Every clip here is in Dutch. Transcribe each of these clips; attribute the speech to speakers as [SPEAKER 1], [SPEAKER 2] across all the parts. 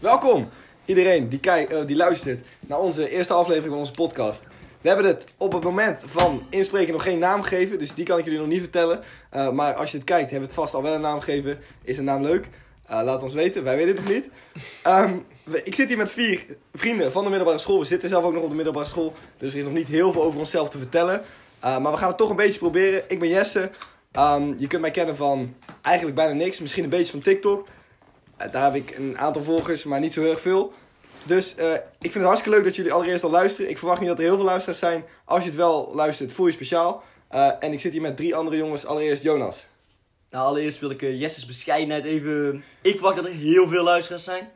[SPEAKER 1] Welkom iedereen die, kijk, eh, die luistert naar onze eerste aflevering van onze podcast. We hebben het op het moment van inspreken nog geen naam gegeven, dus die kan ik jullie nog niet vertellen. Eh, maar als je het kijkt, hebben we het vast al wel een naam gegeven. Is de naam leuk? Eh, laat ons weten, wij weten het nog niet. Ehm, we- ik zit hier met vier vrienden van de middelbare school. We zitten zelf ook nog op de middelbare school, dus er is nog niet heel veel over onszelf te vertellen. Eh, maar we gaan het toch een beetje proberen. Ik ben Jesse. Ehm, je kunt mij kennen van eigenlijk bijna niks, misschien een beetje van TikTok. Eh, Daar heb ik een aantal volgers, maar niet zo heel erg veel. Dus eh, ik vind het hartstikke leuk dat jullie allereerst al luisteren. Ik verwacht niet dat er heel veel luisteraars zijn. Als je het wel luistert, voel je speciaal. Eh, en ik zit hier met drie andere jongens. Allereerst Jonas.
[SPEAKER 2] Nou, allereerst wil ik eh, Jesse's bescheidenheid even... eh, Ik verwacht dat er heel veel luisteraars zijn.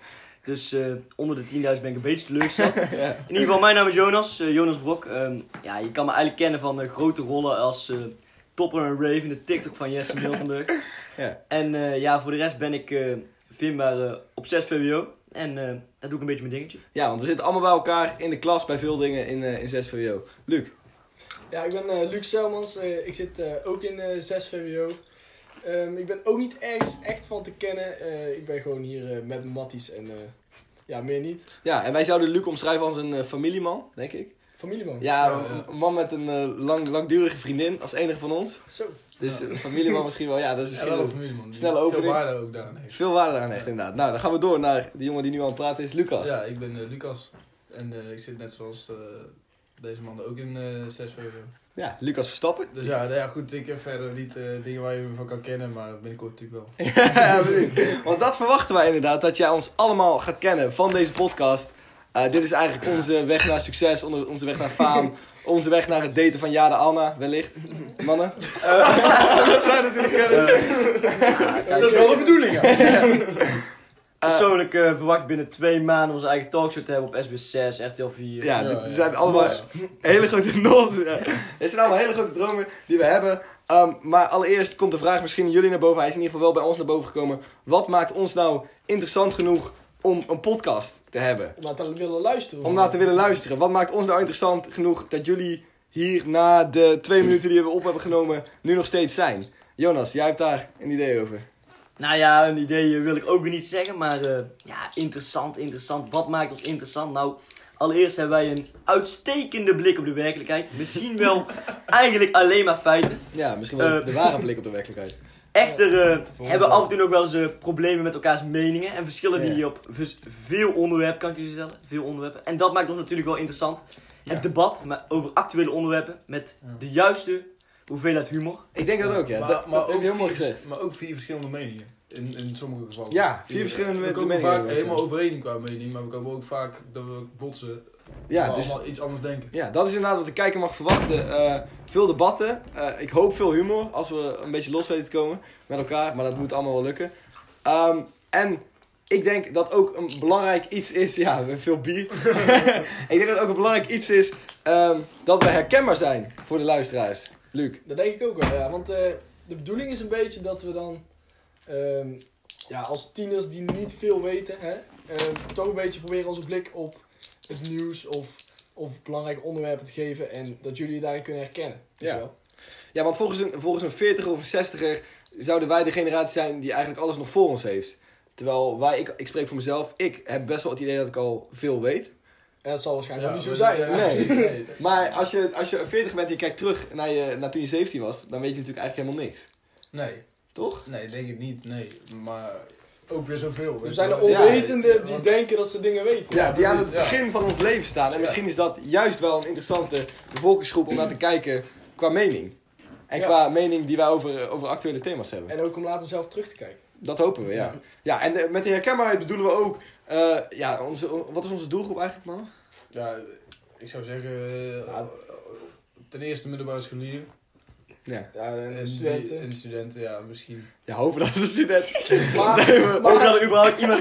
[SPEAKER 2] Dus eh, onder de 10.000 ben ik een beetje teleurgesteld. In ieder geval, mijn naam is Jonas, eh, Jonas Brok. Ehm, ja, je kan me eigenlijk kennen van eh, grote rollen als eh, topper en rave in de TikTok van Jesse Miltenburg.
[SPEAKER 1] Ja.
[SPEAKER 2] En eh, ja, voor de rest ben ik eh, vindbaar eh, op 6 VWO. En eh daar doe ik een beetje mijn dingetje.
[SPEAKER 1] ja, want we zitten allemaal bij elkaar in de klas bij Vildingen in, eh in 6 VWO. Luc,
[SPEAKER 3] Ja, ik ben eh, Luc Selmans. Eh, ik zit eh, ook in eh 6 VWO. Ehm, ik ben ook niet ergens echt van te kennen. Eh, ik ben gewoon hier eh, met mijn matties en eh, ja, meer niet.
[SPEAKER 1] ja, en wij zouden Luc omschrijven als een eh, familieman, denk ik.
[SPEAKER 3] Familieman.
[SPEAKER 1] Ja,
[SPEAKER 3] Eh,
[SPEAKER 1] een- een man met een eh, lang, langdurige vriendin als enige van ons.
[SPEAKER 3] Zo.
[SPEAKER 1] Dus eh, familieman misschien wel, ja, dat is
[SPEAKER 4] Ja,
[SPEAKER 1] misschien
[SPEAKER 4] wel een
[SPEAKER 1] wel
[SPEAKER 4] familieman. Die
[SPEAKER 1] snelle
[SPEAKER 4] Veel
[SPEAKER 1] opening.
[SPEAKER 4] waarde ook daaraan heeft.
[SPEAKER 1] veel waarde aan echt inderdaad. Nou, dan gaan we door naar de jongen die nu aan het praten is, Lucas.
[SPEAKER 4] Ja, ik ben eh, Lucas. En eh, ik zit net zoals eh, deze man ook in eh 6 VW.
[SPEAKER 1] Ja, Lucas Verstappen.
[SPEAKER 4] Dus ja, nou ja, goed, ik heb verder niet eh, dingen waar je me van kan kennen, maar binnenkort natuurlijk wel.
[SPEAKER 1] ja, precies. Want dat verwachten wij inderdaad, dat jij ons allemaal gaat kennen van deze podcast. Eh, dit is eigenlijk onze weg naar succes, onder- onze weg naar faam, onze weg naar het daten van Jade Anna, wellicht. Mannen? dat zijn natuurlijk...
[SPEAKER 2] dat is wel de bedoeling,
[SPEAKER 1] Eh,
[SPEAKER 2] Persoonlijk eh, verwacht ik binnen twee maanden onze eigen talkshow te hebben op SBS6, RTL 4.
[SPEAKER 1] ja,
[SPEAKER 4] ja,
[SPEAKER 1] dit
[SPEAKER 4] ja.
[SPEAKER 1] zijn allemaal
[SPEAKER 4] Nos.
[SPEAKER 1] hele grote nos. ja. Dit zijn allemaal hele grote dromen die we hebben. Ehm, maar allereerst komt de vraag misschien jullie naar boven. Hij is in ieder geval wel bij ons naar boven gekomen. Wat maakt ons nou interessant genoeg om een podcast te hebben?
[SPEAKER 3] Om naar te willen luisteren.
[SPEAKER 1] om naar te willen luisteren. Wat maakt ons nou interessant genoeg dat jullie hier na de twee minuten die we op hebben genomen nu nog steeds zijn? Jonas, jij hebt daar een idee over.
[SPEAKER 2] Nou ja, een idee eh, wil ik ook weer niet zeggen, maar eh, ja, interessant, interessant. Wat maakt ons interessant? Nou, allereerst hebben wij een uitstekende blik op de werkelijkheid. Misschien wel eigenlijk alleen maar feiten.
[SPEAKER 1] Ja, misschien
[SPEAKER 2] wel
[SPEAKER 1] wel
[SPEAKER 2] Eh.
[SPEAKER 1] de
[SPEAKER 2] de
[SPEAKER 1] ware blik op de werkelijkheid.
[SPEAKER 2] Echter eh, hebben we af en toe ook wel eens eh, problemen met elkaars meningen en verschillen die
[SPEAKER 1] Ja.
[SPEAKER 2] je op vers- veel onderwerpen, kan ik jullie vertellen, veel onderwerpen. En dat maakt ons natuurlijk wel interessant. Het debat maar over actuele onderwerpen met de juiste hoeveelheid humor.
[SPEAKER 1] Ik denk dat ook, ja. dat dat heb je heel mooi
[SPEAKER 4] vier-
[SPEAKER 1] gezegd.
[SPEAKER 4] Maar ook vier verschillende meningen. In, in sommige gevallen.
[SPEAKER 1] Ja, vier verschillende
[SPEAKER 4] we
[SPEAKER 1] meningen
[SPEAKER 4] komen vaak
[SPEAKER 1] hebben we.
[SPEAKER 4] helemaal overeen qua mening, maar we komen ook vaak dat we botsen.
[SPEAKER 1] Ja,
[SPEAKER 4] maar
[SPEAKER 1] dus,
[SPEAKER 4] allemaal iets anders denken.
[SPEAKER 1] ja, dat is inderdaad wat de kijker mag verwachten. Eh, veel debatten, eh, ik hoop veel humor als we een beetje los weten te komen met elkaar. Maar dat moet allemaal wel lukken. Ehm, en ik denk dat ook een belangrijk iets is... Ja, we hebben veel bier. ik denk dat ook een belangrijk iets is ehm, dat we herkenbaar zijn voor de luisteraars. Luc.
[SPEAKER 3] Dat denk ik ook wel, ja. Want eh, de bedoeling is een beetje dat we dan ehm, ja, als tieners die niet veel weten, hè, ehm, toch een beetje proberen onze blik op het nieuws of, of belangrijke onderwerpen te geven. En dat jullie je daarin kunnen herkennen. weet
[SPEAKER 1] Ja.
[SPEAKER 3] je wel?
[SPEAKER 1] Ja, want volgens een, volgens een 40er of een 60er zouden wij de generatie zijn die eigenlijk alles nog voor ons heeft. Terwijl wij, ik, ik spreek voor mezelf, ik heb best wel het idee dat ik al veel weet.
[SPEAKER 3] En dat zal waarschijnlijk
[SPEAKER 4] Ja,
[SPEAKER 3] niet zo
[SPEAKER 4] we-
[SPEAKER 3] zijn.
[SPEAKER 4] ja,
[SPEAKER 3] hè?
[SPEAKER 1] Nee.
[SPEAKER 4] precies, nee.
[SPEAKER 1] Maar als je, als je 40 bent en je kijkt terug naar, je, naar toen je 17 was, dan weet je natuurlijk eigenlijk helemaal niks.
[SPEAKER 4] Nee,
[SPEAKER 1] Toch?
[SPEAKER 4] nee, denk ik niet. Nee, maar ook weer zoveel.
[SPEAKER 3] Er
[SPEAKER 4] weet
[SPEAKER 3] zijn
[SPEAKER 4] je
[SPEAKER 3] er
[SPEAKER 4] wel.
[SPEAKER 3] onwetenden
[SPEAKER 4] Ja,
[SPEAKER 3] die
[SPEAKER 4] want-
[SPEAKER 3] denken dat ze dingen weten.
[SPEAKER 1] Ja, die aan het
[SPEAKER 4] Ja.
[SPEAKER 1] begin van ons leven staan. En misschien is dat juist wel een interessante bevolkingsgroep om naar te kijken qua mening. En
[SPEAKER 3] Ja.
[SPEAKER 1] qua mening die wij over, eh, over actuele thema's hebben.
[SPEAKER 3] En ook om later zelf terug te kijken.
[SPEAKER 1] Dat hopen we, ja. Ja, en eh, met die herkenbaarheid bedoelen we ook... eh, ja, onze, wat is onze doelgroep eigenlijk, man?
[SPEAKER 4] Ja, ik zou zeggen, eh,
[SPEAKER 3] Ja.
[SPEAKER 4] ten eerste middelbare scholieren.
[SPEAKER 1] Ja.
[SPEAKER 3] Ja, en,
[SPEAKER 4] die-
[SPEAKER 3] studenten.
[SPEAKER 4] en studenten, ja, misschien.
[SPEAKER 1] ja, hopen dat het een student...
[SPEAKER 3] maar,
[SPEAKER 2] Ook dat er überhaupt iemand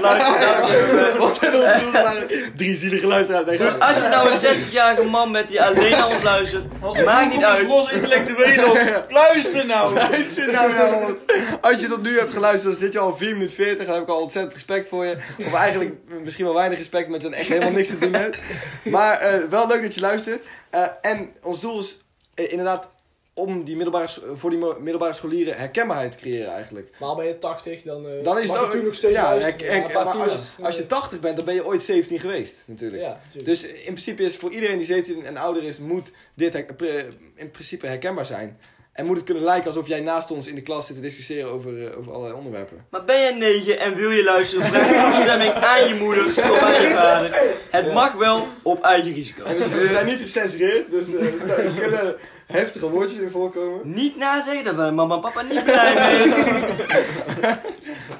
[SPEAKER 2] luistert.
[SPEAKER 1] wat zijn onze doelgroep? Drie zielige luisteraars. Nee,
[SPEAKER 2] Dus
[SPEAKER 1] grapje.
[SPEAKER 2] als je nou een 60-jarige man bent die alleen naar ons luistert, maakt niet uit.
[SPEAKER 4] los intellectueel
[SPEAKER 1] los.
[SPEAKER 4] Luister nou!
[SPEAKER 1] Luister nou naar ons. Als je tot nu hebt geluisterd, dan zit je al 4 minuten 40. Dan heb ik al ontzettend respect voor je. Of eigenlijk misschien wel weinig respect, omdat je dan echt helemaal niks te doen hebt. Maar eh, wel leuk dat je luistert. Eh, en ons doel is eh, inderdaad om die middelbare, s- voor die mo- middelbare scholieren herkenbaarheid te creëren eigenlijk.
[SPEAKER 3] maar ben je 80, dan, eh
[SPEAKER 1] Dan is
[SPEAKER 3] mag
[SPEAKER 1] het
[SPEAKER 3] je
[SPEAKER 1] ook-
[SPEAKER 3] toen nog steeds
[SPEAKER 1] ja,
[SPEAKER 3] luisteren.
[SPEAKER 1] herk- herk-
[SPEAKER 3] maar
[SPEAKER 1] maar als,
[SPEAKER 3] tieners,
[SPEAKER 1] als je 80 bent, dan ben je ooit 17 geweest natuurlijk.
[SPEAKER 3] Ja, natuurlijk.
[SPEAKER 1] Dus in principe is voor iedereen die 17 en ouder is, moet dit her- pre- in principe herkenbaar zijn. En moet het kunnen lijken alsof jij naast ons in de klas zit te discussiëren over, eh, over allerlei onderwerpen.
[SPEAKER 2] Maar ben jij 9 en wil je luisteren, breng je toestemming aan je moeder of aan je vader. Het mag wel op eigen risico.
[SPEAKER 1] En we, zijn- we zijn niet gecensureerd, dus eh, we staan- er kunnen heftige woordjes in voorkomen.
[SPEAKER 2] Niet nazeggen, daar waren mama en papa niet blij mee.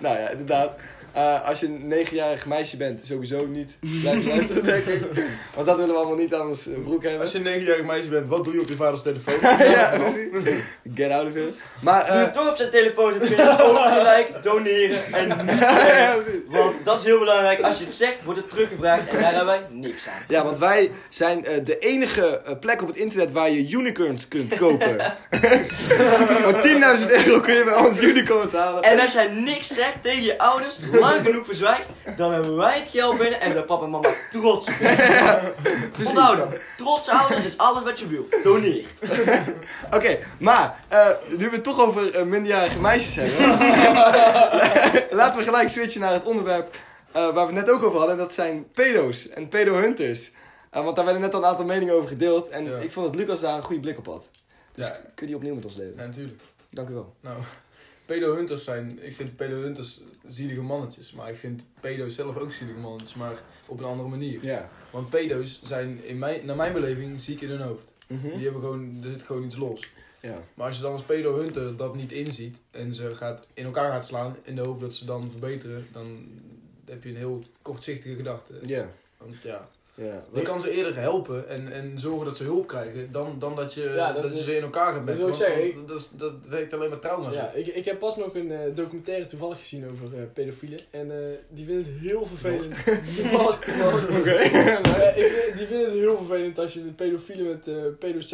[SPEAKER 1] Nou ja, inderdaad. Eh, als je een negenjarig meisje bent, sowieso niet blijven luisteren, denk ik. Want dat willen we allemaal niet aan ons eh, broek hebben.
[SPEAKER 4] Als je een negenjarig meisje bent, wat doe je op je vaders telefoon?
[SPEAKER 1] ja, precies. Get out of here. Maar,
[SPEAKER 2] Doe
[SPEAKER 1] eh,
[SPEAKER 2] het toch op zijn telefoon, dan kun je ook gelijk doneren en niet
[SPEAKER 1] ja,
[SPEAKER 2] zeggen.
[SPEAKER 1] precies.
[SPEAKER 2] Want dat is heel belangrijk, als je het zegt, wordt het teruggevraagd en daar hebben wij niks aan.
[SPEAKER 1] Ja, want wij zijn eh, de enige eh, plek op het internet waar je unicorns kunt kopen. Voor 10.000 euro kun je bij ons unicorns halen.
[SPEAKER 2] En als jij niks zegt tegen je ouders, lang genoeg verzwijgt, dan hebben wij het geld binnen en zijn papa en mama trots. op je. Onthoud dat, trotse ouders is alles wat je wil. Doneer.
[SPEAKER 1] Oké, maar eh, nu we het toch over eh, minderjarige meisjes hebben. laten we gelijk switchen naar het onderwerp eh, waar we het net ook over hadden. En dat zijn pedo's en pedohunters. Eh, want daar werden net al een aantal meningen over gedeeld. En
[SPEAKER 4] Ja.
[SPEAKER 1] ik vond dat Lucas daar een goede blik op had. Dus
[SPEAKER 4] Ja.
[SPEAKER 1] kun je die opnieuw met ons delen?
[SPEAKER 4] Ja, natuurlijk.
[SPEAKER 1] Dank u wel.
[SPEAKER 4] Nou, pedohunters zijn, ik vind pedohunters zielige mannetjes. Maar ik vind pedo's zelf ook zielige mannetjes, maar op een andere manier.
[SPEAKER 1] Ja.
[SPEAKER 4] Want pedo's zijn, in mijn, naar mijn beleving, ziek in hun hoofd.
[SPEAKER 1] Hm? Mhm.
[SPEAKER 4] Die hebben gewoon, er zit gewoon iets los.
[SPEAKER 1] ja.
[SPEAKER 4] Maar als je dan als pedo-hunter dat niet inziet en ze gaat in elkaar gaat slaan in de hoop dat ze dan verbeteren, dan heb je een heel kortzichtige gedachte.
[SPEAKER 1] Ja.
[SPEAKER 4] Want ja,
[SPEAKER 1] Ja.
[SPEAKER 4] je kan ze eerder helpen en, en zorgen dat ze hulp krijgen dan, dan dat, je,
[SPEAKER 3] Ja, dat-
[SPEAKER 4] dat, je ze in elkaar gaat
[SPEAKER 3] dat
[SPEAKER 4] brengen.
[SPEAKER 3] wil ik
[SPEAKER 4] Want-
[SPEAKER 3] zeggen,
[SPEAKER 4] want dat, is- dat werkt alleen maar trauma's.
[SPEAKER 3] Ja,
[SPEAKER 4] op.
[SPEAKER 3] ik, ik heb pas nog een eh, documentaire toevallig gezien over eh, pedofielen. En eh, die vinden het heel vervelend. toevallig, toevallig. Eh, ik vind- die vinden het heel vervelend als je de pedofielen met eh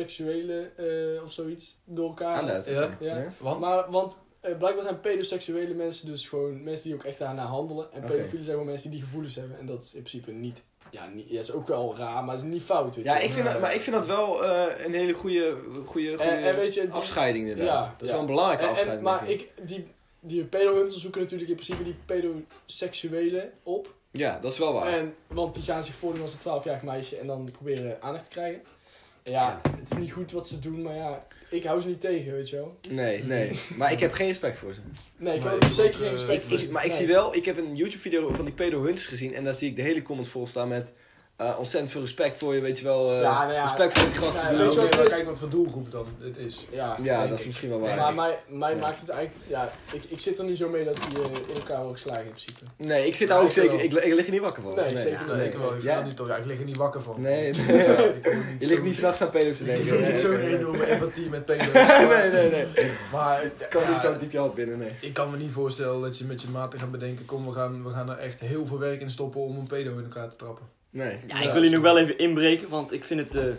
[SPEAKER 3] pedoseksuelen eh, of zoiets door elkaar
[SPEAKER 1] Aanduid.
[SPEAKER 4] Ja.
[SPEAKER 3] Ja.
[SPEAKER 4] Want
[SPEAKER 3] Maar, want eh, blijkbaar zijn pedoseksuele mensen dus gewoon mensen die ook echt daarna handelen. En
[SPEAKER 1] Oké.
[SPEAKER 3] pedofielen zijn gewoon mensen die die gevoelens hebben. En dat is in principe niet... Ja, niet, ja, is ook wel raar, maar het is niet fout. Weet
[SPEAKER 1] Ja,
[SPEAKER 3] je.
[SPEAKER 1] ik vind dat, maar ik vind dat wel eh, een hele goede, goede, goede
[SPEAKER 3] en weet je, die-
[SPEAKER 1] afscheiding inderdaad.
[SPEAKER 3] Ja,
[SPEAKER 1] dat is
[SPEAKER 3] ja.
[SPEAKER 1] wel een belangrijke
[SPEAKER 3] En- en-
[SPEAKER 1] afscheiding.
[SPEAKER 3] maar
[SPEAKER 1] denk ik.
[SPEAKER 3] ik, die, die pedohunters zoeken natuurlijk in principe die pedoseksuelen op.
[SPEAKER 1] Ja, dat is wel waar.
[SPEAKER 3] En, want die gaan zich voordoen als een 12-jarig meisje en dan proberen aandacht te krijgen. Ja, het is niet goed wat ze doen, maar ja, ik hou ze niet tegen, weet je wel.
[SPEAKER 1] Nee, nee. Maar ik heb geen respect voor ze.
[SPEAKER 3] Nee, ik
[SPEAKER 4] Maar
[SPEAKER 3] heb
[SPEAKER 4] ik-
[SPEAKER 3] zeker geen
[SPEAKER 4] eh,
[SPEAKER 3] respect
[SPEAKER 1] Ik,
[SPEAKER 3] voor ze.
[SPEAKER 1] ik, maar ik
[SPEAKER 3] Nee.
[SPEAKER 1] zie wel, ik heb een YouTube video van die pedo hunters gezien en daar zie ik de hele comments vol staan met eh, ontzettend veel respect voor je, weet je wel. eh,
[SPEAKER 3] Ja, nou ja.
[SPEAKER 1] respect voor die gasten.
[SPEAKER 3] Ja,
[SPEAKER 1] die
[SPEAKER 4] nou,
[SPEAKER 3] weet
[SPEAKER 1] doen.
[SPEAKER 3] je
[SPEAKER 4] oké,
[SPEAKER 3] wat het
[SPEAKER 4] maar
[SPEAKER 3] is?
[SPEAKER 4] kijk wat voor doelgroep dan het is.
[SPEAKER 3] Ja,
[SPEAKER 1] ja,
[SPEAKER 4] denk
[SPEAKER 1] dat is
[SPEAKER 4] ik.
[SPEAKER 1] misschien wel
[SPEAKER 4] Nee,
[SPEAKER 1] waar.
[SPEAKER 3] maar mij, mij
[SPEAKER 1] Ja.
[SPEAKER 3] maakt het eigenlijk... Ja, ik, ik zit er niet zo mee dat die eh, in elkaar worden geslagen in principe.
[SPEAKER 1] nee, ik zit daar
[SPEAKER 4] Ja,
[SPEAKER 1] ook
[SPEAKER 4] ik wel.
[SPEAKER 1] zeker, ik, ik lig er niet wakker van.
[SPEAKER 3] Nee, zeker
[SPEAKER 4] Ja,
[SPEAKER 3] niet.
[SPEAKER 4] ik wel.
[SPEAKER 1] Ja?
[SPEAKER 4] Ik vind het nu toch, ja, ik lig er niet wakker van.
[SPEAKER 1] Nee,
[SPEAKER 4] Ja,
[SPEAKER 1] nee.
[SPEAKER 4] ik heb ook
[SPEAKER 1] Je ligt
[SPEAKER 4] zo'n-
[SPEAKER 1] niet s'nachts aan pedo's te
[SPEAKER 4] Ik
[SPEAKER 1] denken.
[SPEAKER 4] heb niet zo'n
[SPEAKER 1] nee,
[SPEAKER 4] enorme empathie met pedo's.
[SPEAKER 1] nee, nee, nee.
[SPEAKER 4] Maar
[SPEAKER 1] Ik kan niet
[SPEAKER 4] ja,
[SPEAKER 1] zo diep je hart binnen, nee.
[SPEAKER 4] Ik kan me niet voorstellen dat je met je maten gaat bedenken, kom we gaan, we gaan er echt heel veel werk in stoppen om een pedo in elkaar te trappen.
[SPEAKER 1] Nee.
[SPEAKER 2] Ja, ik wil hier nog wel even inbreken, want ik vind het... eh,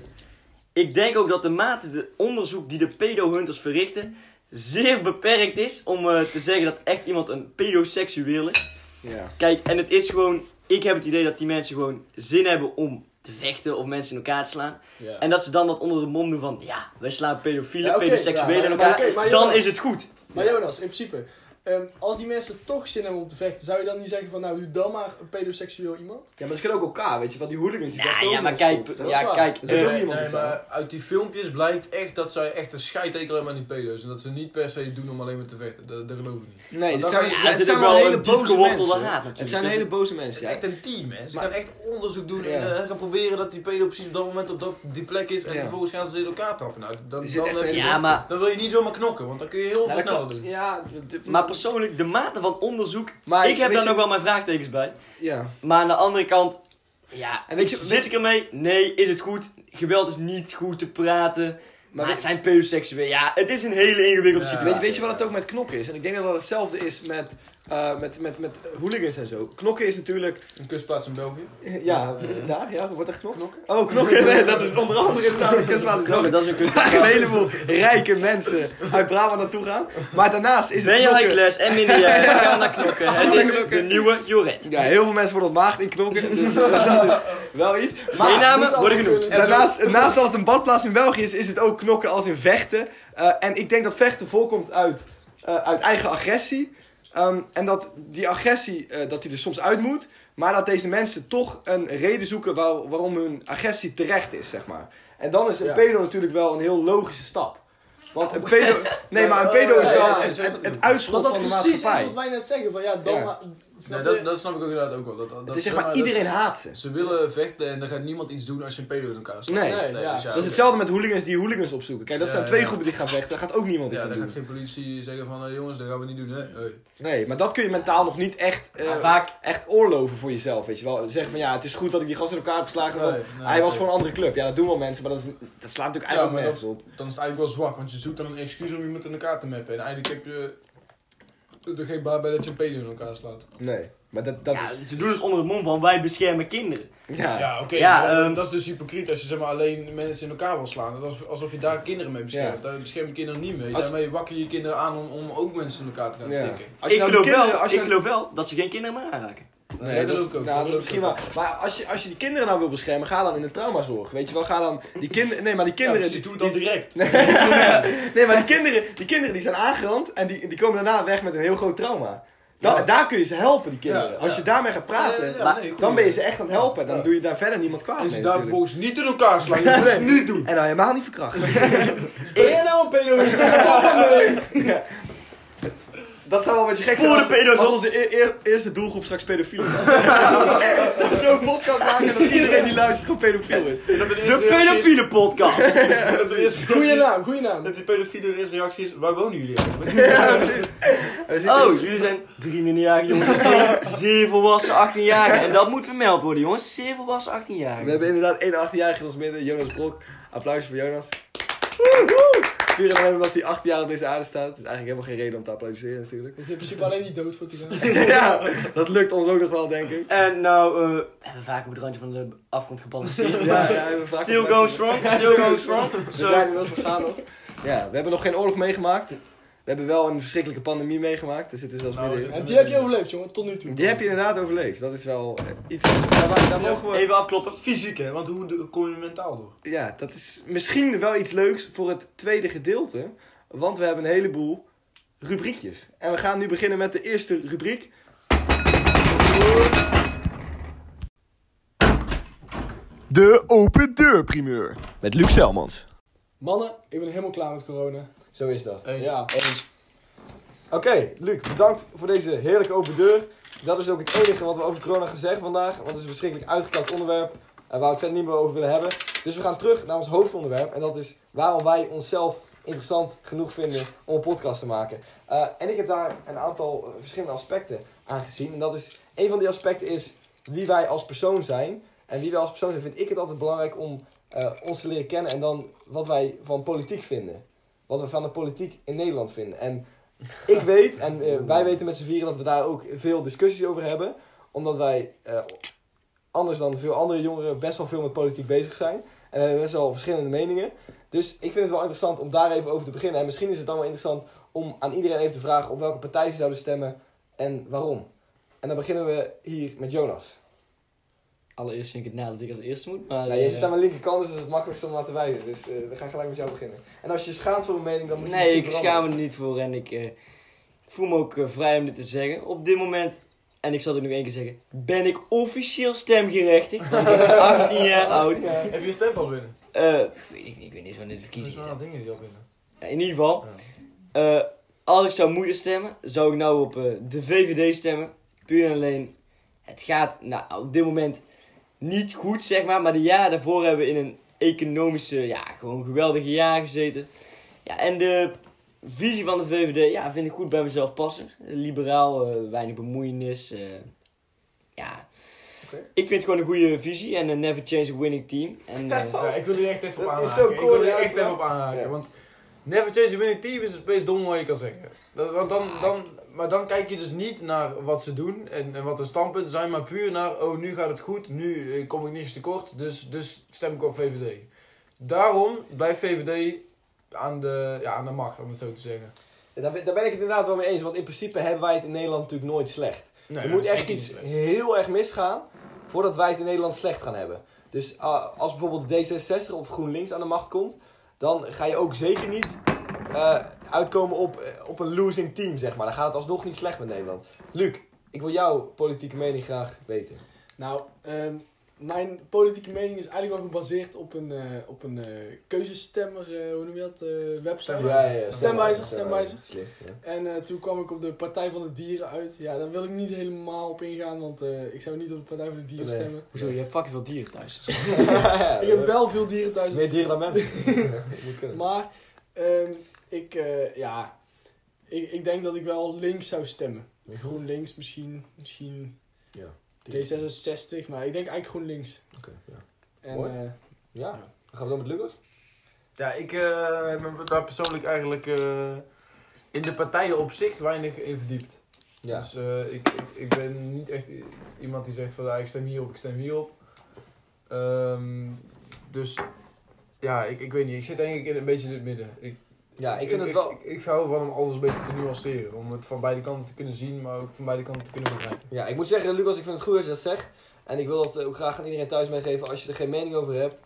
[SPEAKER 2] ik denk ook dat de mate de onderzoek die de pedohunters verrichten... zeer beperkt is om eh, te zeggen dat echt iemand een pedoseksueel is.
[SPEAKER 1] Ja.
[SPEAKER 2] Kijk, en het is gewoon... Ik heb het idee dat die mensen gewoon zin hebben om te vechten of mensen in elkaar te slaan.
[SPEAKER 3] Ja.
[SPEAKER 2] En dat ze dan dat onder de mond doen van... Ja, wij slaan pedofielen,
[SPEAKER 3] Ja, oké,
[SPEAKER 2] pedoseksuelen
[SPEAKER 3] ja,
[SPEAKER 2] in
[SPEAKER 3] maar-
[SPEAKER 2] elkaar.
[SPEAKER 3] maar oké, maar
[SPEAKER 2] dan
[SPEAKER 3] Jonas-
[SPEAKER 2] is het goed.
[SPEAKER 3] Maar Jonas, in principe, ehm, als die mensen toch zin hebben om te vechten, zou je dan niet zeggen van nou, doe dan maar een pedoseksueel iemand?
[SPEAKER 1] Ja, maar ze kunnen ook elkaar, weet je, want die hooligans die
[SPEAKER 2] Ja,
[SPEAKER 1] vechten ook
[SPEAKER 2] ja, maar
[SPEAKER 1] nog
[SPEAKER 2] kijk,
[SPEAKER 1] op. Dat is
[SPEAKER 2] ja,
[SPEAKER 3] waar.
[SPEAKER 2] kijk.
[SPEAKER 1] Dat
[SPEAKER 2] eh,
[SPEAKER 1] doet ook niemand iets aan.
[SPEAKER 4] maar uit die filmpjes blijkt echt dat zij echt een scheidtekel hebben aan die pedo's. En dat ze niet per se doen om alleen maar te vechten. Dat, dat geloof ik niet.
[SPEAKER 1] Nee, dat
[SPEAKER 4] Want dan
[SPEAKER 1] zijn,
[SPEAKER 4] kan je-
[SPEAKER 1] het
[SPEAKER 2] het is
[SPEAKER 1] zijn
[SPEAKER 2] wel
[SPEAKER 1] wel
[SPEAKER 2] een
[SPEAKER 1] hele
[SPEAKER 2] diep
[SPEAKER 1] boze
[SPEAKER 2] gewortelde
[SPEAKER 1] mensen.
[SPEAKER 2] haat
[SPEAKER 1] hoor. Het
[SPEAKER 2] natuurlijk.
[SPEAKER 1] zijn
[SPEAKER 2] Dus-
[SPEAKER 1] hele boze
[SPEAKER 4] Het
[SPEAKER 1] mensen.
[SPEAKER 4] is
[SPEAKER 1] Ja.
[SPEAKER 4] echt een team, hè. Ze
[SPEAKER 1] Maar-
[SPEAKER 4] gaan echt onderzoek doen en
[SPEAKER 1] Ja.
[SPEAKER 4] eh, gaan proberen dat die pedo precies op dat moment op dat, die plek is. En
[SPEAKER 1] Ja.
[SPEAKER 4] vervolgens gaan ze in elkaar trappen. Nou, dan,
[SPEAKER 1] Er zit
[SPEAKER 4] dan,
[SPEAKER 1] echt
[SPEAKER 4] heb je-
[SPEAKER 1] een-
[SPEAKER 2] Ja, maar,
[SPEAKER 4] dan wil je niet zomaar knokken, want dan kun je
[SPEAKER 1] Ja,
[SPEAKER 4] heel veel
[SPEAKER 1] Nou, dat
[SPEAKER 4] sneller
[SPEAKER 1] kan-
[SPEAKER 4] doen.
[SPEAKER 1] Ja, d- d-
[SPEAKER 2] maar persoonlijk, de mate van onderzoek.
[SPEAKER 1] Maar
[SPEAKER 2] ik heb
[SPEAKER 1] weet
[SPEAKER 2] daar
[SPEAKER 1] je-
[SPEAKER 2] nog wel mijn vraagtekens bij.
[SPEAKER 1] Ja.
[SPEAKER 2] Maar aan de andere kant, ja,
[SPEAKER 1] En weet je-
[SPEAKER 2] zit ik ermee? Nee, is het goed? Geweld is niet goed te praten. Maar,
[SPEAKER 1] Maar
[SPEAKER 2] het
[SPEAKER 1] weet,
[SPEAKER 2] zijn pedoseksuelen. Ja, het is een hele ingewikkelde
[SPEAKER 4] Ja.
[SPEAKER 2] situatie.
[SPEAKER 1] weet, weet je wat het ook met knokken is? En ik denk dat dat hetzelfde is met, eh, met, met, met hooligans en zo. Knokken is natuurlijk...
[SPEAKER 4] Een kustplaats in België.
[SPEAKER 1] Ja, daar, ja, wordt er geknokt? Oh, knokken, nee, dat is onder andere inderdaad een kunstmatige knokken.
[SPEAKER 2] Knokken, dat is een kunst.
[SPEAKER 1] Waar een heleboel rijke mensen uit Brabant naartoe gaan. Maar daarnaast is het
[SPEAKER 2] Ben je high
[SPEAKER 1] knokken-
[SPEAKER 2] class en minderjarig, ga naar knokken. Het is
[SPEAKER 1] Knokken.
[SPEAKER 2] de nieuwe Joret.
[SPEAKER 1] Ja, heel veel mensen worden ontmaagd in knokken. Dus dat is wel iets.
[SPEAKER 2] Geen
[SPEAKER 1] Maar
[SPEAKER 2] namen worden genoemd.
[SPEAKER 3] En
[SPEAKER 1] Daarnaast, naast dat het een badplaats in België is, is het ook knokken als in vechten. Eh, en ik denk dat vechten voorkomt uit, eh, uit eigen agressie. Ehm, en dat die agressie eh, dat die er soms uit moet. Maar dat deze mensen toch een reden zoeken waar- waarom hun agressie terecht is, zeg maar. En dan is een
[SPEAKER 3] Ja.
[SPEAKER 1] pedo natuurlijk wel een heel logische stap. Want een pedo... Nee, maar een pedo is
[SPEAKER 3] Ja,
[SPEAKER 1] wel
[SPEAKER 3] ja,
[SPEAKER 1] het, het,
[SPEAKER 4] zo is het
[SPEAKER 1] het
[SPEAKER 4] ook.
[SPEAKER 1] uitschot
[SPEAKER 3] Wat dat
[SPEAKER 1] van de
[SPEAKER 3] precies is
[SPEAKER 1] maatschappij.
[SPEAKER 3] wat wij net zeggen, van ja, dan...
[SPEAKER 1] Ja.
[SPEAKER 3] ha- snap
[SPEAKER 4] Nee,
[SPEAKER 3] je?
[SPEAKER 4] dat, dat snap ik ook inderdaad ook wel. Dat, dat,
[SPEAKER 1] Nou, Het is zeg
[SPEAKER 4] dat-
[SPEAKER 1] maar,
[SPEAKER 4] dat-
[SPEAKER 1] iedereen haat ze.
[SPEAKER 4] Ze willen vechten en dan gaat niemand iets doen als je een pedo in elkaar slaat.
[SPEAKER 1] Nee.
[SPEAKER 3] Nee, ja.
[SPEAKER 4] dus
[SPEAKER 1] Dat is
[SPEAKER 4] oké.
[SPEAKER 1] hetzelfde met hooligans die hooligans opzoeken. Kijk, dat
[SPEAKER 4] Ja,
[SPEAKER 1] zijn twee
[SPEAKER 4] ja.
[SPEAKER 1] groepen die gaan vechten. Daar gaat ook niemand iets
[SPEAKER 4] Ja,
[SPEAKER 1] aan
[SPEAKER 4] dan
[SPEAKER 1] doen.
[SPEAKER 4] gaat geen politie zeggen van, eh, jongens, dat gaan we niet doen, hè. Hey.
[SPEAKER 1] Nee, maar dat kun je mentaal nog niet echt, eh,
[SPEAKER 2] Maar vaak
[SPEAKER 1] echt oorloven voor jezelf, weet je wel. Zeggen van ja, het is goed dat ik die gast in elkaar heb geslagen, want
[SPEAKER 4] Nee, nee,
[SPEAKER 1] hij was
[SPEAKER 4] nee.
[SPEAKER 1] voor een andere club. Ja, dat doen wel mensen, maar dat, is, dat slaat natuurlijk
[SPEAKER 4] Ja,
[SPEAKER 1] eigenlijk
[SPEAKER 4] maar
[SPEAKER 1] nergens
[SPEAKER 4] dat,
[SPEAKER 1] op.
[SPEAKER 4] dan is het eigenlijk wel zwak, want je zoekt dan een excuus om iemand in elkaar te mappen. En eigenlijk heb je er geen baat bij dat je een pedo in elkaar slaat.
[SPEAKER 1] Nee, maar dat, dat
[SPEAKER 2] ja,
[SPEAKER 1] is...
[SPEAKER 2] ze doen het onder het mond van wij beschermen kinderen.
[SPEAKER 1] Ja.
[SPEAKER 4] Ja, oké.
[SPEAKER 2] Ja,
[SPEAKER 4] maar
[SPEAKER 2] ehm,
[SPEAKER 4] dat is dus hypocriet als je zeg maar, alleen mensen in elkaar wil slaan. Dat is alsof je daar kinderen mee beschermt. Daar bescherm je kinderen niet mee.
[SPEAKER 1] Als-
[SPEAKER 4] Daarmee wakker je kinderen aan om, om ook mensen in elkaar te gaan
[SPEAKER 1] Ja.
[SPEAKER 4] tikken.
[SPEAKER 1] Als je
[SPEAKER 2] Ik
[SPEAKER 1] nou
[SPEAKER 2] geloof,
[SPEAKER 1] die kinderen-
[SPEAKER 2] wel,
[SPEAKER 1] als je
[SPEAKER 2] ik
[SPEAKER 1] nou-
[SPEAKER 2] geloof wel dat ze geen kinderen meer aanraken.
[SPEAKER 1] Nee,
[SPEAKER 4] Ja,
[SPEAKER 1] dat, is,
[SPEAKER 4] geloof ik ook.
[SPEAKER 1] nou, dat is
[SPEAKER 4] geloof ik
[SPEAKER 1] misschien
[SPEAKER 4] ook.
[SPEAKER 1] wel. Maar als je, als je die kinderen nou wil beschermen, ga dan in de traumazorg. Weet je wel, ga dan die kinderen. Nee, maar die kinderen.
[SPEAKER 4] Ja,
[SPEAKER 1] die-
[SPEAKER 4] precies, doe dat
[SPEAKER 1] die-
[SPEAKER 4] direct.
[SPEAKER 1] nee, maar die kinderen, die kinderen die zijn aangerand en die, die komen daarna weg met een heel groot trauma. Da- Daar kun je ze helpen, die kinderen.
[SPEAKER 4] Ja,
[SPEAKER 1] Als je
[SPEAKER 4] ja.
[SPEAKER 1] daarmee gaat praten,
[SPEAKER 4] Ja, ja,
[SPEAKER 1] maar
[SPEAKER 4] nee, goed.
[SPEAKER 1] dan ben je ze echt aan het helpen. Dan
[SPEAKER 4] Ja.
[SPEAKER 1] doe je daar verder niemand kwaad
[SPEAKER 4] En
[SPEAKER 1] mee.
[SPEAKER 4] ze daar
[SPEAKER 1] natuurlijk.
[SPEAKER 4] vervolgens niet in elkaar slaan. Je moet het niet doen.
[SPEAKER 1] En dan helemaal niet verkrachten.
[SPEAKER 2] En nou een pedo.
[SPEAKER 1] Dat zou wel wat je gek zijn
[SPEAKER 2] Voor de
[SPEAKER 1] als,
[SPEAKER 2] pedo's
[SPEAKER 1] als
[SPEAKER 2] op.
[SPEAKER 1] onze e- eer- eerste doelgroep straks pedofiel is. dat we zo'n podcast maken dat iedereen die luistert gewoon pedofiel is.
[SPEAKER 2] De pedofiele podcast.
[SPEAKER 3] Goeie naam, goeie naam.
[SPEAKER 4] Met die pedofiele eerste reactie is, waar wonen jullie eigenlijk?
[SPEAKER 1] Ja, precies. We zitten-
[SPEAKER 2] Oh, jullie zijn drie minderjarige jongens. Zeer volwassen 18 jaar. En dat moet vermeld worden, jongens. Zeer volwassen 18 jaar.
[SPEAKER 1] We hebben inderdaad één 18-jarige in ons midden, Jonas Brok. Applaus voor Jonas. Puur alleen omdat hij 18 jaar op deze aarde staat. is eigenlijk helemaal geen reden om te applaudisseren natuurlijk.
[SPEAKER 3] Je hebt in principe alleen niet dood voor te gaan.
[SPEAKER 1] ja, dat lukt ons ook nog wel, denk ik.
[SPEAKER 2] En nou, eh, we hebben vaak op het randje van de afgrond gebalanceerd.
[SPEAKER 1] Ja, ja, we hebben vaak
[SPEAKER 2] Still
[SPEAKER 1] contact.
[SPEAKER 2] going strong, still going strong.
[SPEAKER 1] We
[SPEAKER 2] Zo.
[SPEAKER 1] zijn er nog, we gaan nog. Ja, we hebben nog geen oorlog meegemaakt. We hebben wel een verschrikkelijke pandemie meegemaakt. Daar zitten we zelfs
[SPEAKER 4] Nou,
[SPEAKER 1] midden in.
[SPEAKER 3] En die heb je overleefd, jongen, tot nu toe.
[SPEAKER 1] Die heb je inderdaad overleefd. Dat is wel eh, iets... Daar, wa- daar mogen we...
[SPEAKER 2] Even afkloppen.
[SPEAKER 4] Fysiek hè, want hoe de- kom je mentaal door?
[SPEAKER 1] Ja, dat is misschien wel iets leuks voor het tweede gedeelte. Want we hebben een heleboel rubriekjes. En we gaan nu beginnen met de eerste rubriek. De open deur primeur. Met Luc Selmans.
[SPEAKER 3] Mannen, ik ben helemaal klaar met corona.
[SPEAKER 1] Zo is dat.
[SPEAKER 3] Ja.
[SPEAKER 1] Oké, Luc, bedankt voor deze heerlijke open deur. Dat is ook het enige wat we over corona gaan zeggen vandaag. Want het is een verschrikkelijk uitgekakt onderwerp. En waar we het verder niet meer over willen hebben. Dus we gaan terug naar ons hoofdonderwerp. En dat is waarom wij onszelf interessant genoeg vinden om een podcast te maken. Eh, en ik heb daar een aantal eh, verschillende aspecten aan gezien. En dat is, een van die aspecten is wie wij als persoon zijn. En wie wij als persoon zijn, vind ik het altijd belangrijk om eh, ons te leren kennen. En dan wat wij van politiek vinden. Wat we van de politiek in Nederland vinden. En ik weet, en eh, wij weten met z'n vieren dat we daar ook veel discussies over hebben. Omdat wij, eh, anders dan veel andere jongeren, best wel veel met politiek bezig zijn. En we hebben best wel verschillende meningen. Dus ik vind het wel interessant om daar even over te beginnen. En misschien is het dan wel interessant om aan iedereen even te vragen op welke partij ze zouden stemmen en waarom. En dan beginnen we hier met Jonas.
[SPEAKER 2] Allereerst vind ik het na dat ik als eerste moet, maar...
[SPEAKER 1] Nou, jij
[SPEAKER 2] eh,
[SPEAKER 1] zit aan mijn linkerkant, dus dat is het makkelijkst om aan te wijzen. Dus eh, we gaan gelijk met jou beginnen. En als je je schaamt voor een mening, dan moet je
[SPEAKER 2] Nee, ik
[SPEAKER 1] misschien veranderen.
[SPEAKER 2] schaam me er niet voor en ik eh, voel me ook eh, vrij om dit te zeggen. Op dit moment, en ik zal het nu één keer zeggen, ben ik officieel stemgerechtigd. Ik ben 18 jaar oud.
[SPEAKER 4] Heb je een stempas binnen?
[SPEAKER 2] Eh, weet ik, niet, ik weet niet zo in de
[SPEAKER 4] Er zijn
[SPEAKER 2] verkiezingen.
[SPEAKER 4] wel dingen die al binnen.
[SPEAKER 2] Ja, In ieder geval, eh, als ik zou moeten stemmen, zou ik nou op eh, de VVD stemmen. Puur en alleen, het gaat nou, op dit moment niet goed, zeg maar. Maar de jaren daarvoor hebben we in een economische, ja, gewoon geweldige jaar gezeten. Ja, en de visie van de VVD, ja, vind ik goed bij mezelf passen. Liberaal, eh, weinig bemoeienis, eh, ja...
[SPEAKER 3] Oké.
[SPEAKER 2] Ik vind het gewoon een goede visie en een never change a winning team. En, eh,
[SPEAKER 4] Ja, ik wil hier echt even op
[SPEAKER 1] Dat is
[SPEAKER 4] aanhaken.
[SPEAKER 1] zo
[SPEAKER 4] ik wil
[SPEAKER 1] cool,
[SPEAKER 4] hier
[SPEAKER 1] ja,
[SPEAKER 4] echt
[SPEAKER 1] ja.
[SPEAKER 4] even op aanhaken.
[SPEAKER 1] Ja.
[SPEAKER 4] Want never change a winning team is het meest domme wat je kan zeggen. Dat, want dan, dan, maar dan kijk je dus niet naar wat ze doen en, en wat hun standpunten zijn, maar puur naar, oh nu gaat het goed, nu eh, kom ik niks tekort, dus, dus stem ik op VVD. Daarom blijft VVD aan de, ja, aan de macht, om het zo te zeggen.
[SPEAKER 1] Ja, Daar ben, daar ben ik het inderdaad wel mee eens, want in principe hebben wij het in Nederland natuurlijk nooit slecht.
[SPEAKER 4] Nee,
[SPEAKER 1] er
[SPEAKER 4] ja,
[SPEAKER 1] moet
[SPEAKER 4] dat is
[SPEAKER 1] echt
[SPEAKER 4] niet
[SPEAKER 1] iets
[SPEAKER 4] slecht.
[SPEAKER 1] heel erg misgaan voordat wij het in Nederland slecht gaan hebben. Dus ah, als bijvoorbeeld D66 of GroenLinks aan de macht komt, dan ga je ook zeker niet eh, uitkomen op, eh, op een losing team, zeg maar. Dan gaat het alsnog niet slecht met Nederland. Luc, ik wil jouw politieke mening graag weten.
[SPEAKER 3] Nou, ehm, mijn politieke mening is eigenlijk wel gebaseerd op een, eh, op een eh, keuzestemmer, eh, hoe noem je dat, eh, website.
[SPEAKER 4] Stemwijzer.
[SPEAKER 3] Stemwijzer, stemwijzer.
[SPEAKER 1] Slim, ja.
[SPEAKER 3] En eh, toen kwam ik op de Partij van de Dieren uit. Ja, daar wil ik niet helemaal op ingaan, want eh, ik zou niet op de Partij van de Dieren
[SPEAKER 1] Nee.
[SPEAKER 3] stemmen.
[SPEAKER 2] Hoezo, je hebt fucking veel dieren thuis.
[SPEAKER 3] Ik heb wel veel dieren thuis,
[SPEAKER 1] Meer dieren dan mensen. moet kunnen.
[SPEAKER 3] maar ehm, ik, eh, ja, ik, ik denk dat ik wel links zou stemmen. GroenLinks misschien, misschien
[SPEAKER 1] Ja.
[SPEAKER 3] D66, maar ik denk eigenlijk GroenLinks.
[SPEAKER 1] Oké, ja.
[SPEAKER 3] En,
[SPEAKER 1] Mooi.
[SPEAKER 3] eh,
[SPEAKER 1] ja, dan gaan we dan met Lucas.
[SPEAKER 4] Ja, ik eh, heb me daar persoonlijk eigenlijk eh, in de partijen op zich weinig in verdiept.
[SPEAKER 1] Ja.
[SPEAKER 4] Dus eh, ik, ik, ik ben niet echt i- iemand die zegt van ja, ik stem hierop, ik stem hierop. Ehm, dus ja, ik, ik weet niet. Ik zit denk ik in een beetje in het midden. Ik,
[SPEAKER 1] Ja, ik vind het wel...
[SPEAKER 4] Ik, ik, hou ervan om alles een beetje te nuanceren. Om het van beide kanten te kunnen zien, maar ook van beide kanten te kunnen begrijpen.
[SPEAKER 1] Ja, ik moet zeggen, Lucas, ik vind het goed dat je dat zegt. En ik wil dat ook graag aan iedereen thuis meegeven. Als je er geen mening over hebt,